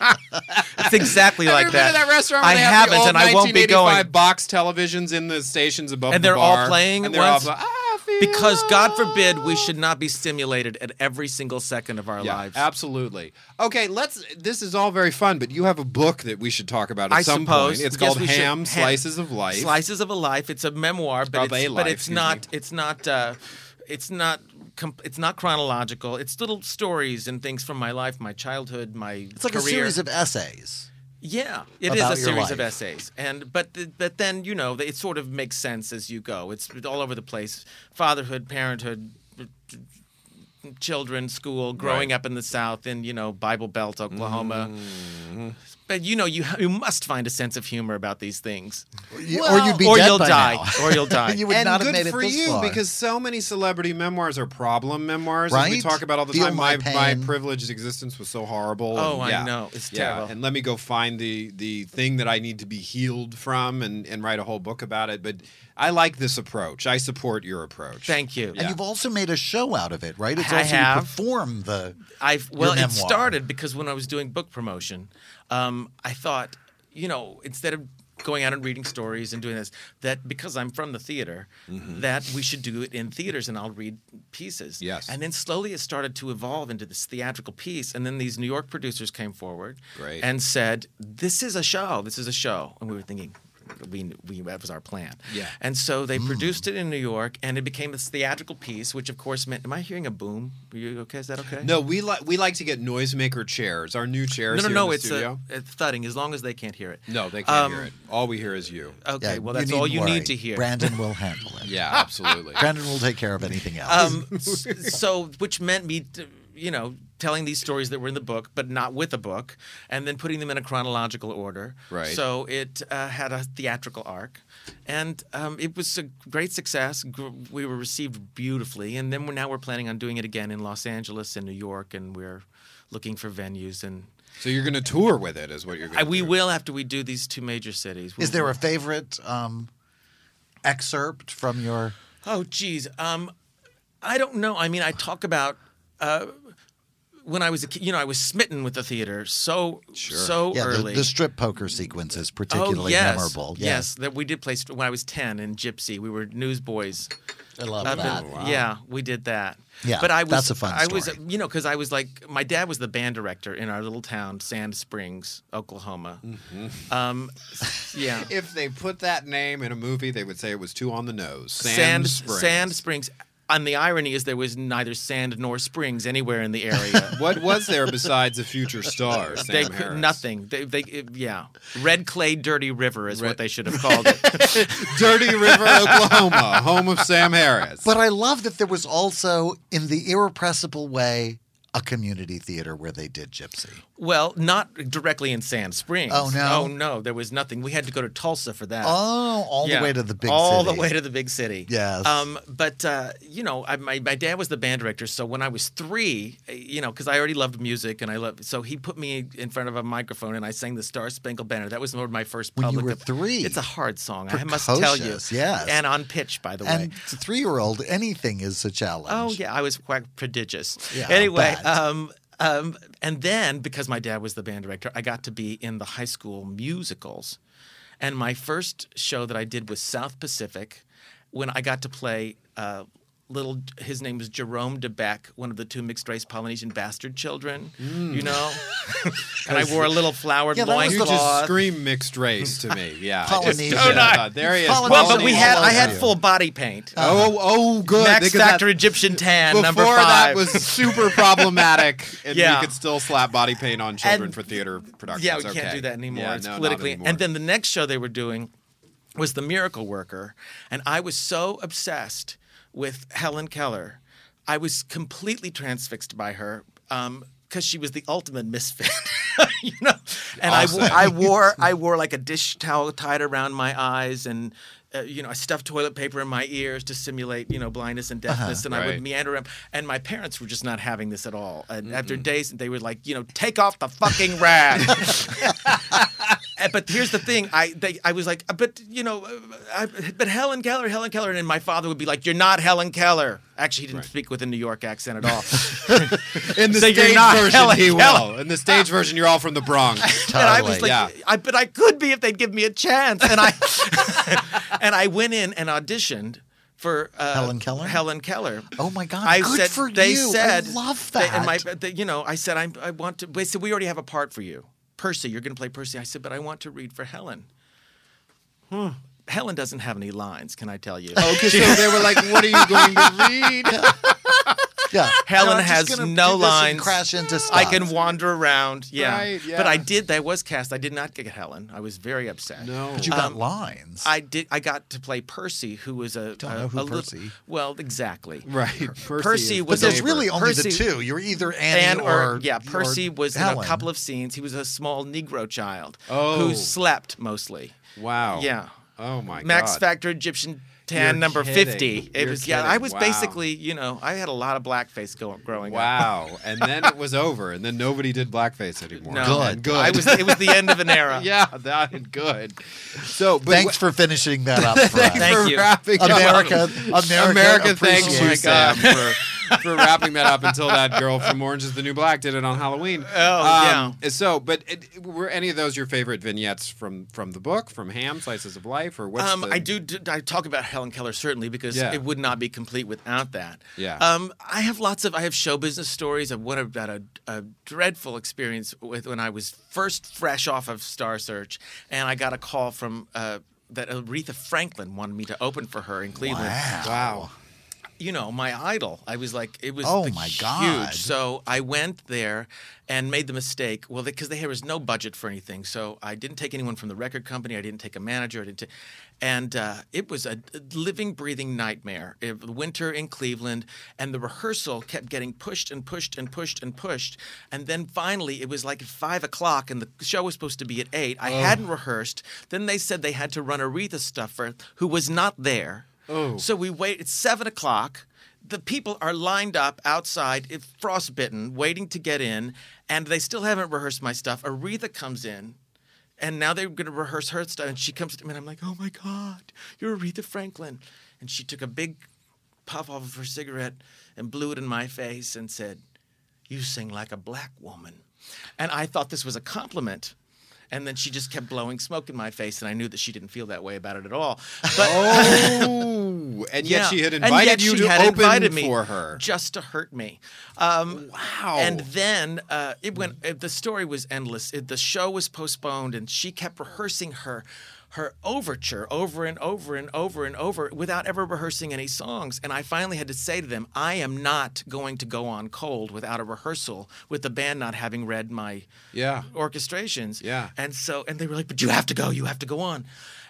Speaker 5: it's exactly like
Speaker 1: Ever been
Speaker 5: that.
Speaker 1: to that restaurant where
Speaker 5: I
Speaker 1: they have
Speaker 5: haven't,
Speaker 1: the old
Speaker 5: and I won't be
Speaker 1: 1985
Speaker 5: going.
Speaker 1: box televisions in the stations above
Speaker 5: And
Speaker 1: the
Speaker 5: they're all
Speaker 1: bar,
Speaker 5: playing
Speaker 1: and
Speaker 5: at
Speaker 1: they're all
Speaker 5: once?
Speaker 1: like, "I feel
Speaker 5: Because God forbid we
Speaker 1: love."
Speaker 5: should not be stimulated at every single second of our
Speaker 1: Yeah,
Speaker 5: lives.
Speaker 1: absolutely. Okay, let's. This is all very fun, but you have a book that we should talk about at
Speaker 5: I
Speaker 1: some
Speaker 5: suppose.
Speaker 1: point. It's
Speaker 5: Yes,
Speaker 1: called
Speaker 5: we
Speaker 1: Ham,
Speaker 5: should.
Speaker 1: Slices of Life.
Speaker 5: Slices of a Life. It's a memoir, but
Speaker 1: Of
Speaker 5: it's,
Speaker 1: a
Speaker 5: but
Speaker 1: life,
Speaker 5: it's
Speaker 1: excuse
Speaker 5: not. It's not. Uh, it's not. Com- it's not chronological. It's little stories and things from my life, my childhood, my
Speaker 2: It's like
Speaker 5: career.
Speaker 2: a series of essays.
Speaker 5: yeah. It is
Speaker 2: about
Speaker 5: a
Speaker 2: your
Speaker 5: series
Speaker 2: life.
Speaker 5: of essays, and but th- but then you know it sort of makes sense as you go. It's all over the place: fatherhood, parenthood. Children, school, growing up in the South, in you know Bible Belt, Oklahoma,
Speaker 2: Mm.
Speaker 5: but you know you you must find a sense of humor about these things
Speaker 2: You- or
Speaker 1: Well,
Speaker 2: you'd be
Speaker 5: or
Speaker 2: dead
Speaker 5: you'll
Speaker 2: by
Speaker 5: die,
Speaker 2: now.
Speaker 5: or you'll die.
Speaker 2: you would
Speaker 1: and
Speaker 2: not
Speaker 1: good
Speaker 2: have made it
Speaker 1: for
Speaker 2: this
Speaker 1: you
Speaker 2: far.
Speaker 1: because so many celebrity memoirs are problem memoirs. As we
Speaker 2: Right?
Speaker 1: talk about all the
Speaker 2: Feel
Speaker 1: time.
Speaker 2: my
Speaker 1: my
Speaker 2: pain.
Speaker 1: privileged existence was so horrible.
Speaker 5: Oh,
Speaker 1: and
Speaker 5: I
Speaker 1: yeah,
Speaker 5: know. It's
Speaker 1: yeah.
Speaker 5: terrible.
Speaker 1: And let me go find the the thing that I need to be healed from, and and write a whole book about it. But I like this approach. I support your approach.
Speaker 5: Thank you.
Speaker 2: and you've also made a show out of it, right? It's
Speaker 5: I
Speaker 2: also
Speaker 5: have.
Speaker 2: you perform the.
Speaker 5: I've well,
Speaker 2: your
Speaker 5: it
Speaker 2: memoir.
Speaker 5: started because when I was doing book promotion, um, I thought, you know, instead of going out and reading stories and doing this, that because I'm from the theater,
Speaker 1: Mm-hmm.
Speaker 5: that we should do it in theaters, and I'll read pieces.
Speaker 1: Yes.
Speaker 5: And then slowly it started to evolve into this theatrical piece, and then these New York producers came forward,
Speaker 1: Great.
Speaker 5: and said, "This is a show. This is a show," and we were thinking. we, we that was our plan.
Speaker 1: Yeah. Hmm.
Speaker 5: And so they produced it in New York, and it became this theatrical piece, which of course meant. Am I hearing a boom? Are you okay? Is that okay?
Speaker 1: No, we like we like to get noisemaker chairs. Our new chairs.
Speaker 5: No,
Speaker 1: here in
Speaker 5: no, no.
Speaker 1: the
Speaker 5: It's a,
Speaker 1: studio.
Speaker 5: a thudding. As long as they can't hear it.
Speaker 1: no, they can't
Speaker 5: Um,
Speaker 1: hear it. All we hear is you.
Speaker 5: Okay.
Speaker 2: Yeah,
Speaker 5: well, that's
Speaker 2: needn't
Speaker 5: all you
Speaker 2: worry.
Speaker 5: need to hear.
Speaker 2: Brandon will handle it.
Speaker 1: Yeah, absolutely.
Speaker 2: Brandon will take care of anything else.
Speaker 5: Um, s- so, which meant me, t you know, telling these stories that were in the book, but not with a book, and then putting them in a chronological order.
Speaker 1: Right.
Speaker 5: So it uh, had a theatrical arc, and um, it was a great success. Gr- We were received beautifully, and then we're, now we're planning on doing it again in Los Angeles and New York, and we're looking for venues and.
Speaker 1: so you're going to tour with it, is what you're going
Speaker 5: I,
Speaker 1: to.
Speaker 5: we will after we do these two major cities.
Speaker 2: Is there a favorite um, excerpt from your?
Speaker 5: Oh, geez. Um, I don't know. I mean, I talk about uh, when I was a kid. You know, I was smitten with the theater so so
Speaker 2: Yeah, the,
Speaker 5: early.
Speaker 2: the strip poker sequence is
Speaker 5: oh,
Speaker 2: particularly
Speaker 5: yes.
Speaker 2: memorable.
Speaker 5: Yes. that we did play st- when I was ten in Gypsy. We were newsboys.
Speaker 2: I love
Speaker 5: up in-
Speaker 2: that.
Speaker 5: Yeah, we did that.
Speaker 2: Oh, Yeah,
Speaker 5: but I was
Speaker 2: that's a fun
Speaker 5: I was
Speaker 2: story.
Speaker 5: you know because I was like my dad was the band director in our little town Sand Springs, Oklahoma.
Speaker 2: Mm-hmm.
Speaker 5: Um, s- yeah.
Speaker 1: If they put that name in a movie, they would say it was too on the nose. Sand,
Speaker 5: sand
Speaker 1: Springs.
Speaker 5: sand springs and the irony is there was neither sand nor springs anywhere in the area
Speaker 1: What was there besides a future star? Sam
Speaker 5: They could,
Speaker 1: Harris?
Speaker 5: nothing. They, they, yeah. Red clay, dirty river is what they should have called it.
Speaker 1: Dirty River, Oklahoma, home of Sam Harris.
Speaker 2: But I love that there was also, in the irrepressible way, a community theater where they did Gypsy.
Speaker 5: well, not directly in Sand Springs.
Speaker 2: Oh, no.
Speaker 5: Oh no, there was nothing. We had to go to Tulsa for that.
Speaker 2: Oh, all
Speaker 5: Uh, Yeah.
Speaker 2: the way to the big
Speaker 5: all
Speaker 2: city.
Speaker 5: the way to the big city.
Speaker 2: Yes.
Speaker 5: Um, but uh, you know, I, my my dad was the band director, so when I was three, uh, you know, because I already loved music and I loved, so he put me in front of a microphone and I sang the Star Spangled Banner. That was one of my first
Speaker 2: When you
Speaker 5: public.
Speaker 2: were three.
Speaker 5: It's a hard song. I must tell you.
Speaker 2: Precocious, yes.
Speaker 5: And on pitch, by the way.
Speaker 2: And three year old, anything is a challenge.
Speaker 5: Oh yeah, I was quite prodigious.
Speaker 2: Yeah, I'll
Speaker 5: anyway,
Speaker 2: bet.
Speaker 5: um, um, and then because my dad was the band director, I got to be in the high school musicals, and my first show that I did was South Pacific, when I got to play. Uh, Little, his name was Jerome DeBeck, one of the two mixed race Polynesian bastard children, you know. and I wore a little flowered
Speaker 2: Mm. Yeah, that was
Speaker 1: You
Speaker 2: the-
Speaker 1: just
Speaker 5: loincloth.
Speaker 1: scream mixed race to me. Yeah. I just-
Speaker 2: Polynesian.
Speaker 1: yeah,
Speaker 5: Don't I?
Speaker 1: There he is.
Speaker 2: Polynesian. Uh,
Speaker 5: well, but we had,
Speaker 2: all
Speaker 5: I had
Speaker 2: over you.
Speaker 5: full body paint.
Speaker 1: Oh, oh, good.
Speaker 5: Max
Speaker 1: because
Speaker 5: Factor
Speaker 1: that-
Speaker 5: Egyptian tan,
Speaker 1: Before
Speaker 5: number five.
Speaker 1: that was super problematic, and
Speaker 5: Yeah.
Speaker 1: we could still slap body paint on children
Speaker 5: And-
Speaker 1: for theater productions.
Speaker 5: Yeah, we can't
Speaker 1: Okay.
Speaker 5: do that anymore.
Speaker 1: Yeah,
Speaker 5: it's
Speaker 1: no, not
Speaker 5: politically.
Speaker 1: anymore.
Speaker 5: And then the next show they were doing was The Miracle Worker, and I was so obsessed with Helen Keller, I was completely transfixed by her. Um, because she was the ultimate misfit, you know, and I wo-
Speaker 1: Awesome.
Speaker 5: I, wore I wore like a dish towel tied around my eyes, and uh, you know I stuffed toilet paper in my ears to simulate you know blindness and deafness, and I would
Speaker 1: Right.
Speaker 5: meander around. And my parents were just not having this at all. And after days, they were like, you know, take off the fucking rag. And- but here's the thing i they, i was like but you know uh, I, but helen keller helen keller and then my father would be like you're not helen keller actually he didn't speak with a new york accent at all
Speaker 1: in the
Speaker 5: So you're
Speaker 1: stage
Speaker 5: not
Speaker 1: version,
Speaker 5: Helen
Speaker 1: he
Speaker 5: Keller.
Speaker 1: will. In the stage version, you're all from the Bronx.
Speaker 5: and i was like
Speaker 1: yeah.
Speaker 5: I, but i could be if they'd give me a chance and i and i went in and auditioned for uh,
Speaker 2: Helen Keller?
Speaker 5: helen keller
Speaker 2: Oh my God!
Speaker 5: I
Speaker 2: good
Speaker 5: said
Speaker 2: for
Speaker 5: they
Speaker 2: you.
Speaker 5: said
Speaker 2: I love
Speaker 5: they-
Speaker 2: that.
Speaker 5: and my, they, you know, I said I, I want to. They said we already have a part for you, Percy. You're going to play Percy. I said, but I want to read for Helen. Hmm. Helen doesn't have any lines. Can I tell you?
Speaker 2: Oh,
Speaker 1: okay, so they were like, "What are you going to read?"
Speaker 2: yeah.
Speaker 5: Helen
Speaker 2: No, I'm just
Speaker 5: has
Speaker 2: gonna do
Speaker 5: no
Speaker 2: this and
Speaker 5: lines.
Speaker 2: Crash into stuff.
Speaker 5: I can wander around. Yeah.
Speaker 1: Right,
Speaker 5: But I
Speaker 1: yeah.
Speaker 5: did. That was cast. I did not get Helen. I was very upset.
Speaker 1: No.
Speaker 2: But you got lines.
Speaker 5: um, I did. I got to play Percy, who was a
Speaker 2: Don't
Speaker 5: a-
Speaker 2: know who
Speaker 5: a lit-
Speaker 2: Percy.
Speaker 5: well, exactly.
Speaker 1: Right. Percy,
Speaker 5: Percy
Speaker 1: is
Speaker 5: was
Speaker 2: but there's
Speaker 5: neighbor.
Speaker 2: really only
Speaker 5: Percy-
Speaker 2: the two. You're either Annie
Speaker 5: And or,
Speaker 2: or,
Speaker 5: yeah, Percy
Speaker 2: or
Speaker 5: was in
Speaker 2: Helen.
Speaker 5: a couple of scenes. He was a small Negro child
Speaker 1: Oh.
Speaker 5: who slept mostly.
Speaker 1: Wow.
Speaker 5: Yeah.
Speaker 1: Oh my
Speaker 5: Max
Speaker 1: God.
Speaker 5: Factor Egyptian tan
Speaker 1: You're
Speaker 5: number
Speaker 1: kidding.
Speaker 5: fifty. It
Speaker 1: You're
Speaker 5: was yeah.
Speaker 1: kidding.
Speaker 5: I was
Speaker 1: Wow.
Speaker 5: basically you know I had a lot of blackface go, growing up.
Speaker 1: Wow. And then it was over, and then nobody did blackface anymore.
Speaker 5: No,
Speaker 1: Good. Good.
Speaker 5: I was. It was the end of an era.
Speaker 1: yeah, that good. So, but
Speaker 2: Thanks for finishing that up. For us.
Speaker 5: Thank
Speaker 1: for
Speaker 5: you.
Speaker 1: wrapping up-
Speaker 2: America, America,
Speaker 1: America thanks you,
Speaker 2: appreciates
Speaker 1: Sam,
Speaker 2: that.
Speaker 1: for, for wrapping that up until that girl from Orange is the New Black did it on Halloween.
Speaker 5: Oh, yeah.
Speaker 1: yeah. So, but it, were any of those your favorite vignettes from from the book, from Ham, Slices of Life, or what's
Speaker 5: Um,
Speaker 1: the-
Speaker 5: I do, do. I talk about Helen Keller certainly because
Speaker 1: Yeah.
Speaker 5: it would not be complete without that.
Speaker 1: Yeah.
Speaker 5: Um, I have lots of. I have show business stories of what about a, a dreadful experience with when I was first fresh off of Star Search, and I got a call from. Uh, that Aretha Franklin wanted me to open for her in Cleveland.
Speaker 1: Wow.
Speaker 5: You know, my idol. I was like, it was
Speaker 2: Oh,
Speaker 5: the
Speaker 2: my
Speaker 5: huge.
Speaker 2: God.
Speaker 5: So I went there and made the mistake. Well, because there was no budget for anything, so I didn't take anyone from the record company. I didn't take a manager. I didn't. Take, and uh, it was a living, breathing nightmare. It, winter in Cleveland, and the rehearsal kept getting pushed and pushed and pushed and pushed. And then finally, it was like five o'clock, and the show was supposed to be at eight. I hadn't rehearsed. Then they said they had to run Aretha Stuffer, who was not there. Oh. So we wait. It's seven o'clock the people are lined up outside, if frostbitten, waiting to get in, and they still haven't rehearsed my stuff. Aretha comes in, and now they're going to rehearse her stuff, and she comes to me, and I'm like, "Oh my God, you're Aretha Franklin!" And she took a big puff off of her cigarette and blew it in my face and said, "You sing like a black woman," and I thought this was a compliment. And then she just kept blowing smoke in my face, and I knew that she didn't feel that way about it at all. But
Speaker 1: Oh, and yet
Speaker 5: Yeah.
Speaker 1: she had
Speaker 5: And
Speaker 1: invited
Speaker 5: yet
Speaker 1: you
Speaker 5: she
Speaker 1: to
Speaker 5: had
Speaker 1: open
Speaker 5: invited me
Speaker 1: for her.
Speaker 5: just to hurt me. Um,
Speaker 1: Wow.
Speaker 5: And then uh, it went. It, the story was endless. It, the show was postponed, and she kept rehearsing her her overture over and over and over and over without ever rehearsing any songs. And I finally had to say to them, "I am not going to go on cold without a rehearsal with the band not having read my
Speaker 1: Yeah.
Speaker 5: orchestrations.
Speaker 1: Yeah.
Speaker 5: And so, and they were like, but you have to go, you have to go on.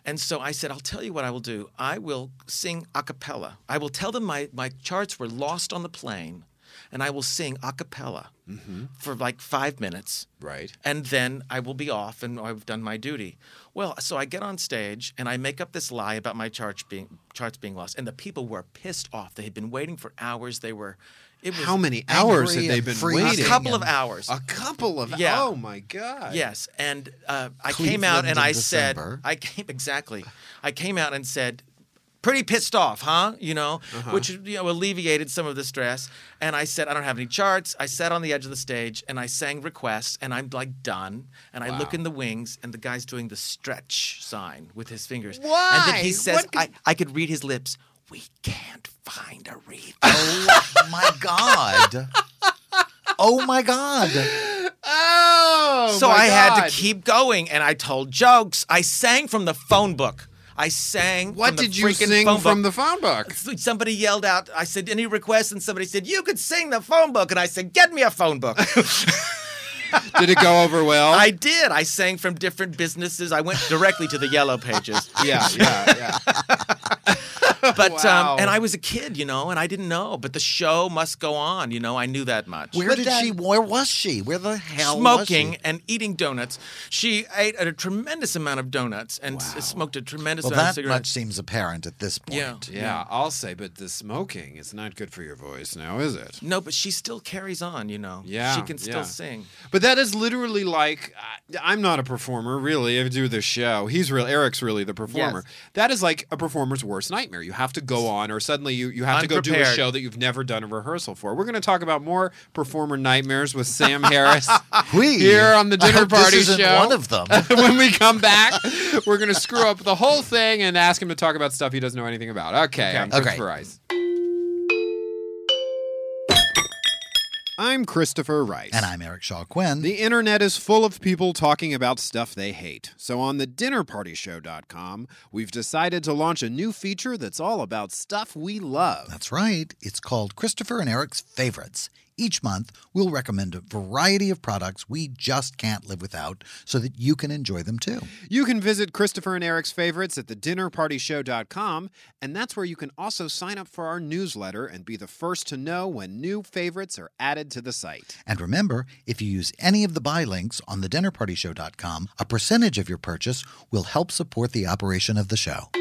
Speaker 5: And so I said, I'll tell you what I will do. I will sing a cappella. I will tell them my, my charts were lost on the plane, and I will sing a cappella
Speaker 1: Mm-hmm.
Speaker 5: for like five minutes.
Speaker 1: Right.
Speaker 5: And then I will be off and I've done my duty. Well, so I get on stage and I make up this lie about my charts being charts being lost. And the people were pissed off. They had been waiting for hours. They were it was
Speaker 1: How many hours had
Speaker 2: angry
Speaker 1: they
Speaker 2: and
Speaker 1: been
Speaker 2: freezing
Speaker 1: waiting?
Speaker 5: a couple of
Speaker 2: and-
Speaker 5: hours.
Speaker 1: A couple of.
Speaker 5: Yeah.
Speaker 1: Oh my god.
Speaker 5: Yes, and uh, I
Speaker 2: Cleveland
Speaker 5: came out and
Speaker 2: in
Speaker 5: I
Speaker 2: December.
Speaker 5: said, I came exactly, I came out and said, pretty pissed off, huh? You know, which you know alleviated some of the stress. And I said, I don't have any charts. I sat on the edge of the stage and I sang requests, and I'm like done. And I look in the wings, and the guy's doing the stretch sign with his fingers. Why? And then he says, I, I could read his lips. We can't find a wreath.
Speaker 2: Oh my God. Oh my God.
Speaker 1: Oh.
Speaker 5: so
Speaker 1: my
Speaker 5: I had
Speaker 1: God.
Speaker 5: to keep going, and I told jokes. I sang from the phone book. I sang.
Speaker 1: What
Speaker 5: from the
Speaker 1: did you
Speaker 5: freaking
Speaker 1: sing
Speaker 5: phone
Speaker 1: from the
Speaker 5: book.
Speaker 1: phone book?
Speaker 5: Somebody yelled out. I said any requests, and somebody said you could sing the phone book, and I said get me a phone book.
Speaker 1: Did it go over well?
Speaker 5: I did. I sang from different businesses. I went directly to the yellow pages.
Speaker 1: Yeah, yeah, yeah.
Speaker 5: But
Speaker 1: Wow.
Speaker 5: um, and I was a kid, you know, and I didn't know. But the show must go on, you know. I knew that much.
Speaker 2: Where did she? Where was she? Where the hell was she?
Speaker 5: smoking and eating donuts. She ate a tremendous amount of donuts and s- smoked a tremendous
Speaker 2: Well,
Speaker 5: amount of
Speaker 2: that
Speaker 5: cigarettes.
Speaker 2: much seems apparent at this point.
Speaker 5: yeah.
Speaker 1: Yeah, I'll say, but the smoking is not good for your voice now, is it?
Speaker 5: No, but she still carries on, you know.
Speaker 1: Yeah,
Speaker 5: She can still
Speaker 1: yeah.
Speaker 5: sing.
Speaker 1: But that is literally like I, I'm not a performer, really. I do this show. He's real. Eric's really the performer. That is like a performer's worst nightmare. You have to go on, or suddenly you, you have to go do a
Speaker 5: Unprepared.
Speaker 1: show that you've never done a rehearsal for. We're going to talk about more performer nightmares with Sam Harris
Speaker 2: We
Speaker 1: here on the
Speaker 2: I
Speaker 1: Dinner
Speaker 2: hope
Speaker 1: Party
Speaker 2: this isn't
Speaker 1: Show.
Speaker 2: One of them.
Speaker 1: when we come back, we're going to screw up the whole thing and ask him to talk about stuff he doesn't know anything about. Okay, I'm
Speaker 2: Okay.
Speaker 1: Christopher Rice. I'm Christopher Rice.
Speaker 2: and I'm Eric Shaw Quinn.
Speaker 1: The internet is full of people talking about stuff they hate. So on the dinnerpartyshow.com, we've decided to launch a new feature that's all about stuff we love.
Speaker 2: That's right. It's called Christopher and Eric's Favorites. Each month, we'll recommend a variety of products we just can't live without so that you can enjoy them too.
Speaker 1: You can visit Christopher and Eric's favorites at the dinnerpartyshow.com, and that's where you can also sign up for our newsletter and be the first to know when new favorites are added to the site.
Speaker 2: And remember, if you use any of the buy links on thedinnerpartyshow.com, a percentage of your purchase will help support the operation of the show.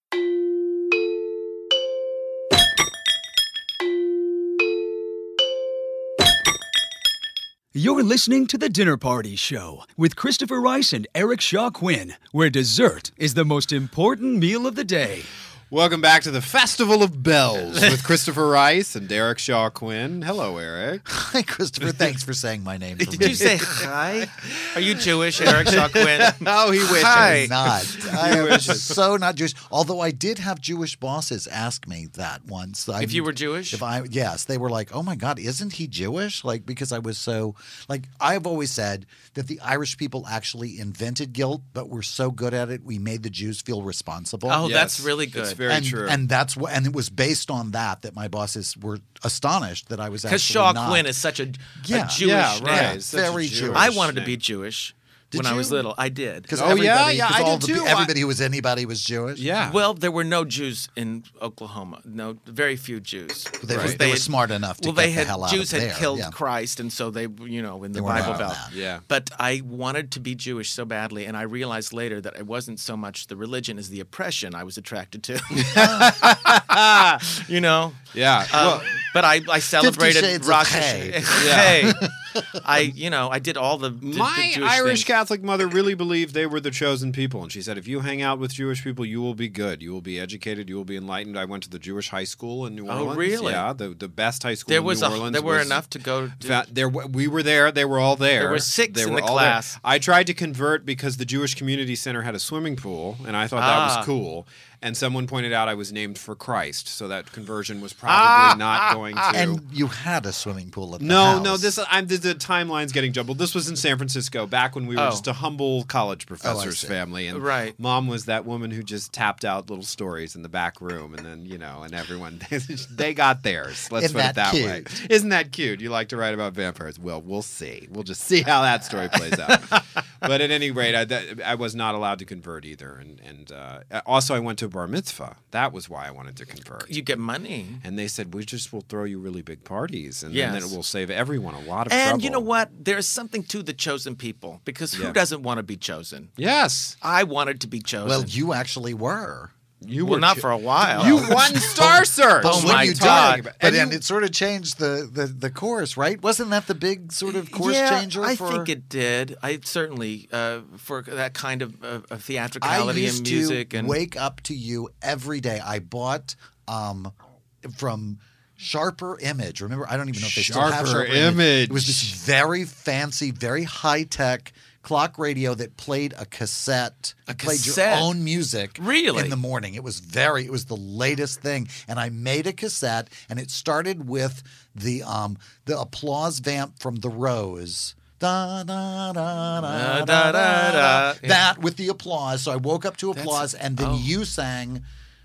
Speaker 4: You're listening to The Dinner Party Show with Christopher Rice and Eric Shaw Quinn, where dessert is the most important meal of the day.
Speaker 1: Welcome back to the Festival of Bells with Christopher Rice and Derek Shaw Quinn. Hello, Eric.
Speaker 2: Hi, Christopher. Thanks for saying my name. For
Speaker 5: Did
Speaker 2: me.
Speaker 5: you say hi? Are you Jewish, Eric Shaw Quinn?
Speaker 1: Oh, he wishes.
Speaker 5: Hi.
Speaker 2: not. I am so not Jewish. Although I did have Jewish bosses ask me that once. I-
Speaker 5: If you were Jewish?
Speaker 2: If I yes, they were like, "Oh my God, isn't he Jewish?" Like because I was so like I've always said that the Irish people actually invented guilt, but we're so good at it, we made the Jews feel responsible.
Speaker 5: Oh,
Speaker 1: Yes,
Speaker 5: that's really good.
Speaker 1: It's very
Speaker 2: and,
Speaker 1: true.
Speaker 2: and that's what, and it was based on that that my bosses were astonished that I was actually
Speaker 5: Because Shaw
Speaker 2: not.
Speaker 5: Quinn is such a,
Speaker 2: Yeah.
Speaker 5: a Jewish
Speaker 1: yeah, right.
Speaker 5: name.
Speaker 1: It's such a
Speaker 2: very Jewish.
Speaker 5: I wanted to be
Speaker 1: name.
Speaker 5: Jewish when I was
Speaker 2: you?
Speaker 5: little. I did.
Speaker 2: because
Speaker 1: Oh, yeah?
Speaker 2: everybody-
Speaker 1: Yeah,
Speaker 2: 'cause
Speaker 1: I
Speaker 2: all
Speaker 1: did
Speaker 2: the,
Speaker 1: too. I-
Speaker 2: Everybody who was anybody was Jewish.
Speaker 1: Yeah.
Speaker 5: Well, there were no Jews in Oklahoma. No, very few Jews.
Speaker 2: They,
Speaker 1: Right.
Speaker 2: were, they, were smart enough to
Speaker 5: well,
Speaker 2: get
Speaker 5: they had
Speaker 2: the hell out
Speaker 5: Jews
Speaker 2: of
Speaker 5: had
Speaker 2: there.
Speaker 5: killed
Speaker 2: yeah.
Speaker 5: Christ, and so they, you know, in the
Speaker 2: They weren't
Speaker 5: Bible
Speaker 2: allowed
Speaker 5: Belt.
Speaker 2: that.
Speaker 1: Yeah.
Speaker 5: But I wanted to be Jewish so badly, and I realized later that it wasn't so much the religion as the oppression I was attracted to. you know.
Speaker 1: yeah.
Speaker 5: Uh,
Speaker 1: well,
Speaker 5: but I, I celebrated
Speaker 2: Shades of
Speaker 5: Rosh
Speaker 2: Hey.
Speaker 5: Hey. I, you know, I did all the, the- the
Speaker 1: my
Speaker 5: Jewish
Speaker 1: Irish
Speaker 5: things.
Speaker 1: Catholic mother really believed they were the chosen people, and she said, "If you hang out with Jewish people, you will be good. You will be educated. You will be enlightened." I went to the Jewish high school in New
Speaker 5: Oh,
Speaker 1: Orleans.
Speaker 5: really?
Speaker 1: Yeah, the, the best high school.
Speaker 5: There
Speaker 1: in
Speaker 5: was
Speaker 1: New
Speaker 5: a,
Speaker 1: Orleans.
Speaker 5: there were
Speaker 1: was-
Speaker 5: enough to go. To,
Speaker 1: fa- there w- we were there. They were all there.
Speaker 5: There were six
Speaker 1: They
Speaker 5: in
Speaker 1: were
Speaker 5: the
Speaker 1: all there.
Speaker 5: class.
Speaker 1: I tried to convert because the Jewish Community Center had a swimming pool, and I thought that
Speaker 5: Ah.
Speaker 1: was cool. And someone pointed out I was named for Christ, so that conversion was probably not going to.
Speaker 2: And you had a swimming pool at the
Speaker 1: no,
Speaker 2: house.
Speaker 1: no, this I'm the, the timeline's getting jumbled. This was in San Francisco back when we were
Speaker 5: Oh.
Speaker 1: just a humble college professor's
Speaker 2: see.
Speaker 1: family, and
Speaker 5: Right.
Speaker 1: mom was that woman who just tapped out little stories in the back room, and then you know, and everyone they got theirs. Let's
Speaker 2: Isn't
Speaker 1: put it that
Speaker 2: that
Speaker 1: way. Isn't that cute? You like to write about vampires? Well, we'll see. We'll just see how that story plays out. but at any rate, I, that, I was not allowed to convert either, and and uh, also I went to bar mitzvah. That was why I wanted to convert.
Speaker 5: you get money.
Speaker 1: And they said, we just will throw you really big parties, and then
Speaker 5: Yes.
Speaker 1: it will save everyone a lot of trouble.
Speaker 5: And you know what? There's something to the chosen people because who
Speaker 1: Yeah.
Speaker 5: doesn't want to be chosen?
Speaker 1: Yes,
Speaker 5: I wanted to be chosen.
Speaker 2: Well, you actually were.
Speaker 1: you
Speaker 5: Well,
Speaker 1: were
Speaker 5: not
Speaker 1: cho-
Speaker 5: for a while.
Speaker 1: You won Star Search. Oh
Speaker 5: but
Speaker 2: When
Speaker 5: Oh my
Speaker 2: you
Speaker 5: God.
Speaker 2: Did, but
Speaker 1: And
Speaker 2: then
Speaker 1: you-
Speaker 2: it sort of changed the, the, the course, right? Wasn't that the big sort of course
Speaker 5: yeah,
Speaker 2: changer?
Speaker 5: I
Speaker 2: for,
Speaker 5: think it did. I certainly uh, for that kind of, of, of
Speaker 2: I
Speaker 5: theatricality
Speaker 2: used
Speaker 5: and music
Speaker 2: to
Speaker 5: and
Speaker 2: wake up to you every day. I bought um, from Sharper Image. Remember, I don't even know if they still have
Speaker 1: Sharper
Speaker 2: Sharper Image.
Speaker 1: Image.
Speaker 2: It was this very fancy, very high tech clock radio that played a cassette. A Played your
Speaker 5: cassette?
Speaker 2: own music.
Speaker 5: Really?
Speaker 2: In the morning, it was very. It was the latest thing, and I made a cassette, and it started with the um the applause vamp from The Rose. Da, da, da, da,
Speaker 5: Da,
Speaker 2: da,
Speaker 5: da,
Speaker 2: da,
Speaker 5: da, da.
Speaker 2: That that with the applause. So I woke up to applause, and then you sang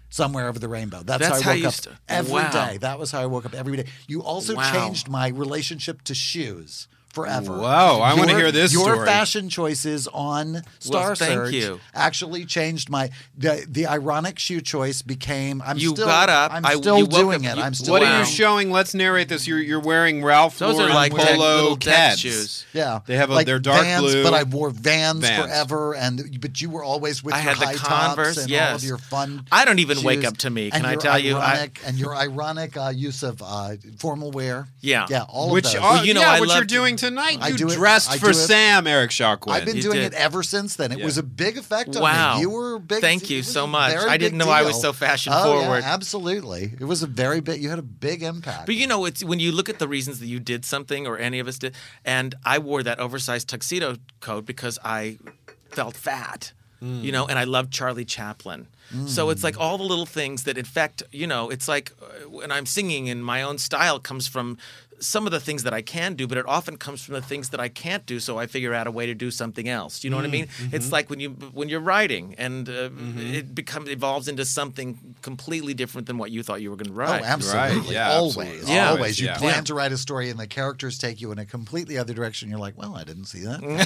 Speaker 2: "Somewhere Over the Rainbow." That's,
Speaker 5: oh. That's
Speaker 2: how I
Speaker 5: how
Speaker 2: woke
Speaker 5: you
Speaker 2: up
Speaker 5: st-
Speaker 2: every day.
Speaker 5: Wow.
Speaker 2: That was how I woke up every day. You also
Speaker 5: Wow.
Speaker 2: changed my relationship to shoes forever.
Speaker 1: Whoa, I wanna
Speaker 2: Your-
Speaker 1: hear this
Speaker 2: Your
Speaker 1: story.
Speaker 2: fashion choices on Star
Speaker 5: thank
Speaker 2: Search
Speaker 5: you.
Speaker 2: actually changed my the, the ironic shoe choice became. I'm
Speaker 5: You
Speaker 2: still
Speaker 5: got up,
Speaker 2: I'm
Speaker 5: I-
Speaker 2: still
Speaker 5: you woke
Speaker 2: doing
Speaker 5: up,
Speaker 2: it.
Speaker 5: you-
Speaker 2: I'm still.
Speaker 1: What
Speaker 5: Wow.
Speaker 1: are you showing? Let's narrate this. You're, you're wearing Ralph
Speaker 5: Those are
Speaker 1: Lauren
Speaker 5: like tech-
Speaker 1: polo
Speaker 5: little tech
Speaker 1: Keds.
Speaker 5: shoes.
Speaker 2: Yeah,
Speaker 1: They have a-
Speaker 2: like
Speaker 1: they're dark
Speaker 2: Vans,
Speaker 1: blue.
Speaker 2: But I wore Vans,
Speaker 1: Vans.
Speaker 2: forever, and but you were always with
Speaker 5: I
Speaker 2: your
Speaker 5: had the
Speaker 2: high
Speaker 5: Converse,
Speaker 2: tops and all
Speaker 5: yes.
Speaker 2: of your fun.
Speaker 5: I don't even wake
Speaker 2: shoes
Speaker 5: up to me,
Speaker 2: and
Speaker 5: can I
Speaker 2: your
Speaker 5: tell you? I-
Speaker 2: ironic, and your ironic uh, use of uh, formal wear.
Speaker 5: Yeah.
Speaker 2: yeah, all
Speaker 1: Which
Speaker 2: of those.
Speaker 1: are
Speaker 5: Well, you know,
Speaker 1: yeah,
Speaker 5: I
Speaker 1: what you're
Speaker 5: love-
Speaker 1: doing tonight?
Speaker 2: I
Speaker 1: you
Speaker 2: do it-
Speaker 1: dressed
Speaker 2: I
Speaker 1: for
Speaker 2: do it-
Speaker 1: Sam, Eric Shockwave.
Speaker 2: I've been
Speaker 5: You
Speaker 2: doing
Speaker 5: did.
Speaker 2: it ever since then. It
Speaker 1: Yeah.
Speaker 2: was a big effect on
Speaker 5: Wow.
Speaker 2: me. You were a big.
Speaker 5: Thank you
Speaker 2: it was
Speaker 5: so
Speaker 2: a
Speaker 5: much.
Speaker 2: very
Speaker 5: I didn't
Speaker 2: big
Speaker 5: know I
Speaker 2: deal.
Speaker 5: was so fashion
Speaker 2: Oh, yeah,
Speaker 5: forward.
Speaker 2: absolutely, it was a very big. You had a big impact.
Speaker 5: But you know, it's when you look at the reasons that you did something or any of us did, and I wore that oversized tuxedo coat because I felt fat, you know, and I loved Charlie Chaplin. So it's like all the little things that, in fact, you know, it's like uh, when I'm singing and my own style comes from some of the things that I can do, but it often comes from the things that I can't do. So I figure out a way to do something else. You know what I mean? It's like when you when you're writing and uh, it becomes evolves into something completely different than what you thought you were going to
Speaker 2: Oh,
Speaker 5: write.
Speaker 2: absolutely.
Speaker 1: Right, yeah,
Speaker 2: always.
Speaker 1: absolutely.
Speaker 5: Yeah.
Speaker 2: Always. You
Speaker 1: Yeah.
Speaker 2: plan
Speaker 5: Yeah.
Speaker 2: to write a story and the characters take you in a completely other direction. You're like, well, I didn't see that. coming.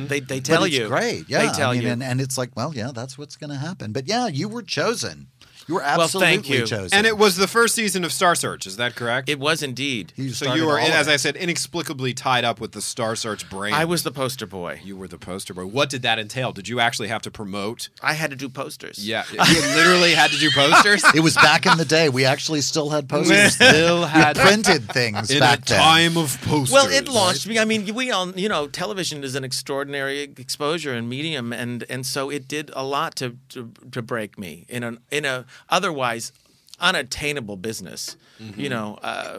Speaker 5: Like, they they
Speaker 2: but
Speaker 5: Mm-hmm. tell
Speaker 2: it's
Speaker 5: you.
Speaker 2: great. Yeah.
Speaker 5: They tell
Speaker 2: I mean,
Speaker 5: you.
Speaker 2: And, and it's like, well, yeah, that's what's going to happen. But yeah, you were chosen. You You were
Speaker 5: Well,
Speaker 2: absolutely
Speaker 5: thank you.
Speaker 2: chosen.
Speaker 1: And it was the first season of Star Search. Is that correct?
Speaker 5: It was indeed.
Speaker 1: so
Speaker 2: you
Speaker 1: you
Speaker 2: started
Speaker 1: were,
Speaker 2: all of
Speaker 1: as
Speaker 2: it.
Speaker 1: I said, inexplicably tied up with the Star Search brand.
Speaker 5: I was the poster boy.
Speaker 1: You were the poster boy. What did that entail? Did you actually have to promote?
Speaker 5: I had to do posters.
Speaker 1: Yeah, you literally had to do posters.
Speaker 2: It was back in the day. We actually still had
Speaker 1: We
Speaker 2: posters.
Speaker 1: still had
Speaker 2: you printed things
Speaker 1: in a
Speaker 2: back then.
Speaker 1: time of posters.
Speaker 5: Well, it launched me. I mean, we all, you know, television is an extraordinary exposure and medium, and and so it did a lot to to, to break me in an in a otherwise unattainable business.
Speaker 1: Mm-hmm.
Speaker 5: You know, uh,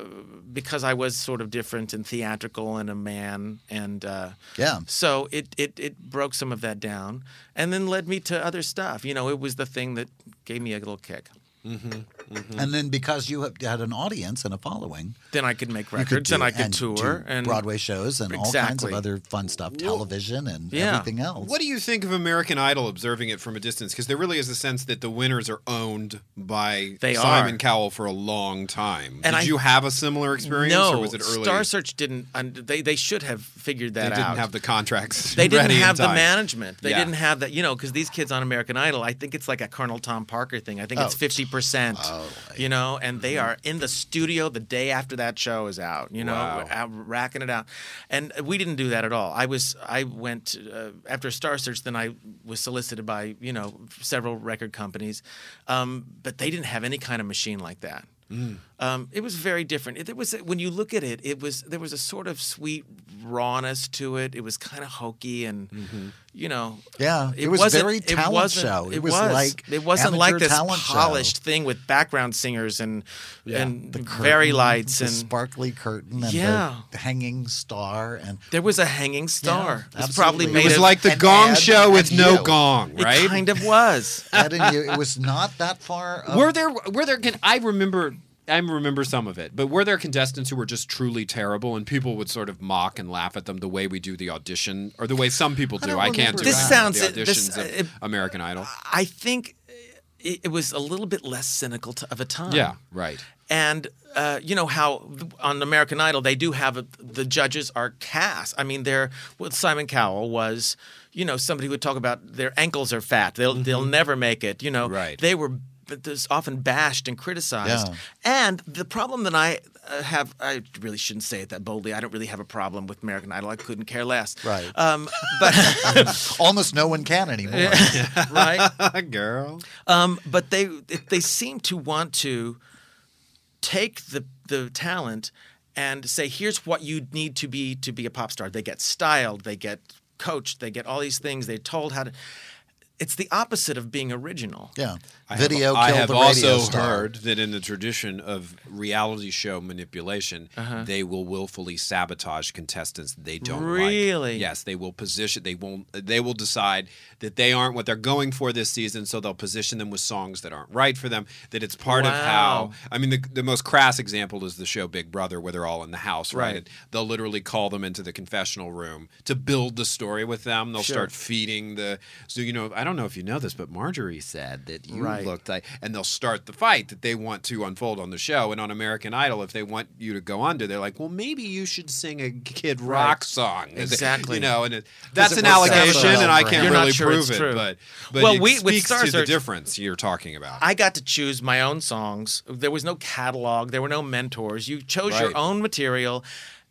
Speaker 5: because I was sort of different and theatrical and a man, and uh,
Speaker 2: Yeah.
Speaker 5: So it it it broke some of that down, and then led me to other stuff. You know, it was the thing that gave me a little kick.
Speaker 2: And then because you had- had an audience and a following,
Speaker 5: Then I could make
Speaker 2: you
Speaker 5: records,
Speaker 2: could do,
Speaker 5: and I could
Speaker 2: do
Speaker 5: tour and
Speaker 2: Broadway shows and all kinds of
Speaker 5: Exactly.
Speaker 2: other fun stuff, television and
Speaker 5: Yeah.
Speaker 2: everything else.
Speaker 1: What do you think of American Idol observing it from a distance? Because there really is a sense that the winners are owned by
Speaker 5: They
Speaker 1: Simon
Speaker 5: are.
Speaker 1: Cowell for a long time. Did
Speaker 5: And I-
Speaker 1: you have a similar experience,
Speaker 5: No,
Speaker 1: or was it early?
Speaker 5: Star Search didn't. And they they should have figured
Speaker 1: they
Speaker 5: that
Speaker 1: didn't
Speaker 5: out.
Speaker 1: have the contracts.
Speaker 5: they didn't
Speaker 1: ready in
Speaker 5: have the
Speaker 1: time.
Speaker 5: management. They
Speaker 1: Yeah.
Speaker 5: didn't have that. You know, because these kids on American Idol, I think it's like a Colonel Tom Parker thing. I think it's fifty percent. you know, and they are in the studio the day after that show is out. You know,
Speaker 1: Wow.
Speaker 5: out, racking it out, and we didn't do that at all. I was I went uh, after Star Search. Then I was solicited by you know several record companies, um, but they didn't have any kind of machine like that. Um, it was very different. It, there was when you look at it, it was there was a sort of sweet rawness to it. It was kind of hokey and you know,
Speaker 2: Yeah, it was
Speaker 5: wasn't-
Speaker 2: very talent
Speaker 5: wasn't-
Speaker 2: show. It
Speaker 5: It
Speaker 2: was
Speaker 5: was
Speaker 2: like
Speaker 5: it wasn't like
Speaker 2: amateur
Speaker 5: this
Speaker 2: talent show.
Speaker 5: polished thing with background singers and and very
Speaker 2: curtain,
Speaker 5: lights
Speaker 2: the
Speaker 5: and
Speaker 2: sparkly curtain and
Speaker 5: Yeah.
Speaker 2: the hanging star and
Speaker 5: there was a hanging star.
Speaker 2: Yeah,
Speaker 5: it was probably
Speaker 2: absolutely.
Speaker 5: made
Speaker 1: It was
Speaker 5: of-
Speaker 1: like the
Speaker 2: and
Speaker 1: Gong
Speaker 2: Ed
Speaker 1: Show with
Speaker 2: and
Speaker 1: no
Speaker 2: you.
Speaker 1: gong,
Speaker 5: it
Speaker 1: right?
Speaker 5: kind of was.
Speaker 2: Ed and you. It was not that far. Up.
Speaker 1: were there were there can I remember I remember some of it, but were there contestants who were just truly terrible and people would sort of mock and laugh at them the way we do the audition or the way some people do?
Speaker 2: don't
Speaker 1: I, can't
Speaker 2: remember
Speaker 1: do
Speaker 2: This
Speaker 1: it.
Speaker 5: sounds-
Speaker 1: the auditions
Speaker 5: this-
Speaker 1: of
Speaker 5: it-
Speaker 1: American Idol.
Speaker 5: I think it, it was a little bit less cynical t- of a time.
Speaker 1: Yeah, right.
Speaker 5: and uh, you know how on American Idol they do have a, the judges are cast. I mean, they're well, Simon Cowell was, you know, somebody who would talk about their ankles are fat. They'll
Speaker 2: Mm-hmm.
Speaker 5: they'll never make it. You know,
Speaker 1: Right.
Speaker 5: They were but there's often bashed and criticized.
Speaker 2: Yeah.
Speaker 5: And the problem that I uh, have, I really shouldn't say it that boldly. I don't really have a problem with American Idol. I couldn't care less.
Speaker 2: Right.
Speaker 5: Um, but
Speaker 2: Almost no one can anymore.
Speaker 5: right.
Speaker 1: Girl.
Speaker 5: Um, but they they seem to want to take the the talent and say, here's what you need to be to be a pop star. They get styled, they get coached, they get all these things. They're told how to. It's the opposite of being original.
Speaker 2: Yeah,
Speaker 1: I have-
Speaker 2: video
Speaker 1: I
Speaker 2: killed
Speaker 1: have
Speaker 2: the
Speaker 1: also
Speaker 2: radio star.
Speaker 1: heard that in the tradition of reality show manipulation,
Speaker 2: Uh-huh.
Speaker 1: they will willfully sabotage contestants they don't like.
Speaker 5: Really?
Speaker 1: Yes, they will position. They won't. They will decide that they aren't what they're going for this season, so they'll position them with songs that aren't right for them. That it's part of how.
Speaker 5: Wow.
Speaker 1: I mean, the, the most crass example is the show Big Brother, where they're all in the house, right?
Speaker 5: Right.
Speaker 1: And they'll literally call them into the confessional room to build the story with them. They'll
Speaker 5: Sure.
Speaker 1: start feeding the. So you know, I don't know if you know this, but Marjorie said that you
Speaker 5: Right.
Speaker 1: looked like, and they'll start the fight that they want to unfold on the show. And on American Idol, if they want you to go under, they're like, well, maybe you should sing a Kid Rock
Speaker 5: Right.
Speaker 1: song, Is it-
Speaker 5: Exactly.
Speaker 1: You know, and it, that's
Speaker 2: it
Speaker 1: an
Speaker 2: was
Speaker 1: allegation,
Speaker 2: sabotage,
Speaker 1: and I
Speaker 2: right?
Speaker 1: can't
Speaker 5: You're not
Speaker 1: really
Speaker 5: sure
Speaker 1: prove
Speaker 5: it's
Speaker 1: it.
Speaker 5: true.
Speaker 1: But but
Speaker 5: Well,
Speaker 1: it
Speaker 5: we- with
Speaker 1: speaks
Speaker 5: Star
Speaker 1: to the
Speaker 5: Search-
Speaker 1: difference you're talking about.
Speaker 5: I got to choose my own songs. There was no catalog. There were no mentors. You chose
Speaker 1: Right.
Speaker 5: your own material,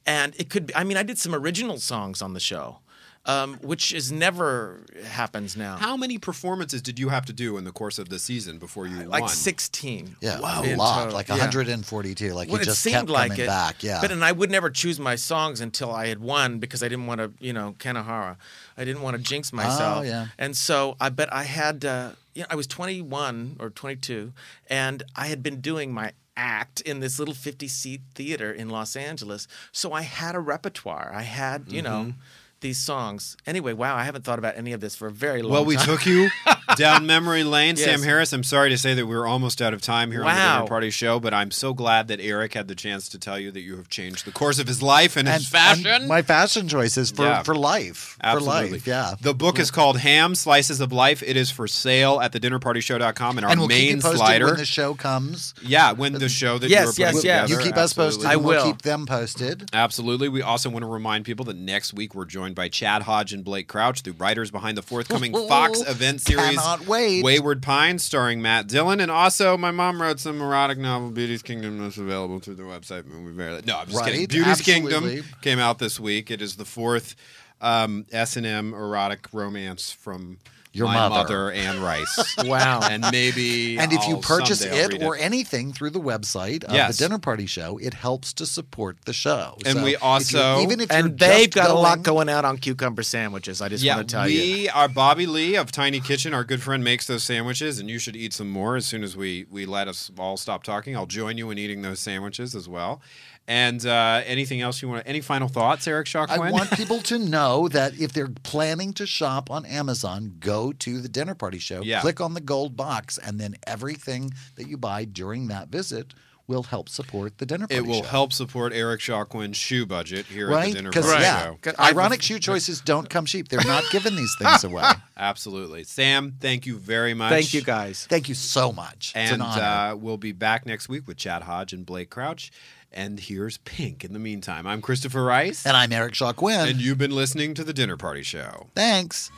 Speaker 5: and it could. be I mean, I did some original songs on the show, um, which is never happens now.
Speaker 1: How many performances did you have to do in the course of the season before
Speaker 2: Uh,
Speaker 1: you
Speaker 5: like
Speaker 1: won?
Speaker 5: 16
Speaker 2: Yeah, a
Speaker 5: in
Speaker 2: lot,
Speaker 5: total.
Speaker 2: like
Speaker 5: Yeah.
Speaker 2: 142. Like
Speaker 5: well,
Speaker 2: you
Speaker 5: it
Speaker 2: just
Speaker 5: seemed
Speaker 2: kept
Speaker 5: like
Speaker 2: coming
Speaker 5: it
Speaker 2: back. Yeah,
Speaker 5: but and i would never choose my songs until i had won because i didn't want to you know kanahara i didn't want to jinx myself
Speaker 2: Oh, yeah.
Speaker 5: and so i but i had uh you know i was 21 or 22 and i had been doing my act in this little 50 seat theater in los angeles so i had a repertoire i had you know
Speaker 2: Mm-hmm.
Speaker 5: these songs anyway wow i haven't thought about any of this for a very long
Speaker 1: Well,
Speaker 5: time
Speaker 1: we took you down memory lane,
Speaker 5: Yes.
Speaker 1: Sam Harris. I'm sorry to say that we are almost out of time here on the
Speaker 5: Wow.
Speaker 1: Dinner Party Show, but I'm so glad that Eric had the chance to tell you that you have changed the course of his life and,
Speaker 2: and
Speaker 1: his fashion.
Speaker 2: and my fashion choices for
Speaker 1: Yeah.
Speaker 2: for life.
Speaker 1: Absolutely.
Speaker 2: For life. Yeah.
Speaker 1: The book is called Ham Slices of Life. It is for sale at thedinnerpartyshow.com and our
Speaker 2: and we'll keep
Speaker 1: main
Speaker 2: you posted
Speaker 1: slider.
Speaker 2: when Uh, the show comes.
Speaker 1: yeah, when the show that
Speaker 5: Yes,
Speaker 1: you were
Speaker 5: yes,
Speaker 1: putting
Speaker 5: yes.
Speaker 1: together.
Speaker 2: You keep us
Speaker 1: Absolutely.
Speaker 2: posted.
Speaker 5: I
Speaker 2: and We'll
Speaker 5: will.
Speaker 2: keep them posted.
Speaker 1: Absolutely. We also want to remind people that next week we're joined joined by Chad Hodge and Blake Crouch, the writers behind the forthcoming Fox event series
Speaker 2: Cannot wait.
Speaker 1: Wayward Pine, starring Matt Dillon. And also, my mom wrote some erotic novel, Beauty's Kingdom, that's available through the website Movie Barely. No, I'm just
Speaker 2: Right,
Speaker 1: kidding. Beauty's
Speaker 2: absolutely.
Speaker 1: Kingdom came out this week. It is the fourth um, S&M erotic romance from
Speaker 2: Your
Speaker 1: my
Speaker 2: mother.
Speaker 1: mother, Anne Rice.
Speaker 5: Wow.
Speaker 1: and maybe
Speaker 2: And if you
Speaker 1: I'll
Speaker 2: purchase
Speaker 1: someday I'll
Speaker 2: it
Speaker 1: read
Speaker 2: or anything through the website of
Speaker 1: Yes.
Speaker 2: the Dinner Party Show, it helps to support the show.
Speaker 1: And
Speaker 2: So
Speaker 1: we
Speaker 2: if you-
Speaker 1: also-
Speaker 2: even if you're
Speaker 5: and they've
Speaker 2: just
Speaker 5: got a lot
Speaker 2: going-
Speaker 5: going out on cucumber sandwiches. I just want to tell you.
Speaker 1: we are Bobby Lee of Tiny Kitchen. Our good friend makes those sandwiches, and you should eat some more as soon as we we let us all stop talking. I'll join you in eating those sandwiches as well. And uh, anything else you want? Any final thoughts, Eric
Speaker 2: I
Speaker 1: Shockwin?
Speaker 2: want people to know that if they're planning to shop on Amazon, go to the dinner party show,
Speaker 1: Yeah.
Speaker 2: click on the gold box, and then everything that you buy during that visit will help support the dinner party
Speaker 1: it will
Speaker 2: show.
Speaker 1: help support Eric Shockwin's shoe budget here at the
Speaker 2: Right?
Speaker 1: dinner
Speaker 2: Because,
Speaker 1: party
Speaker 2: yeah,
Speaker 1: show.
Speaker 2: ironic shoe choices don't come cheap. They're not giving these things away.
Speaker 1: Absolutely, Sam. Thank you very much.
Speaker 5: Thank you guys.
Speaker 2: Thank you so much. it's
Speaker 1: And
Speaker 2: an honor.
Speaker 1: uh, we'll be back next week with Chad Hodge and Blake Crouch. And here's Pink. In the meantime, I'm Christopher Rice,
Speaker 2: and I'm Eric Shaw Quinn.
Speaker 1: and you've been listening to the Dinner Party Show.
Speaker 2: Thanks.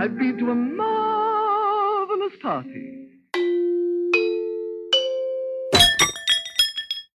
Speaker 3: I've been to a marvelous party.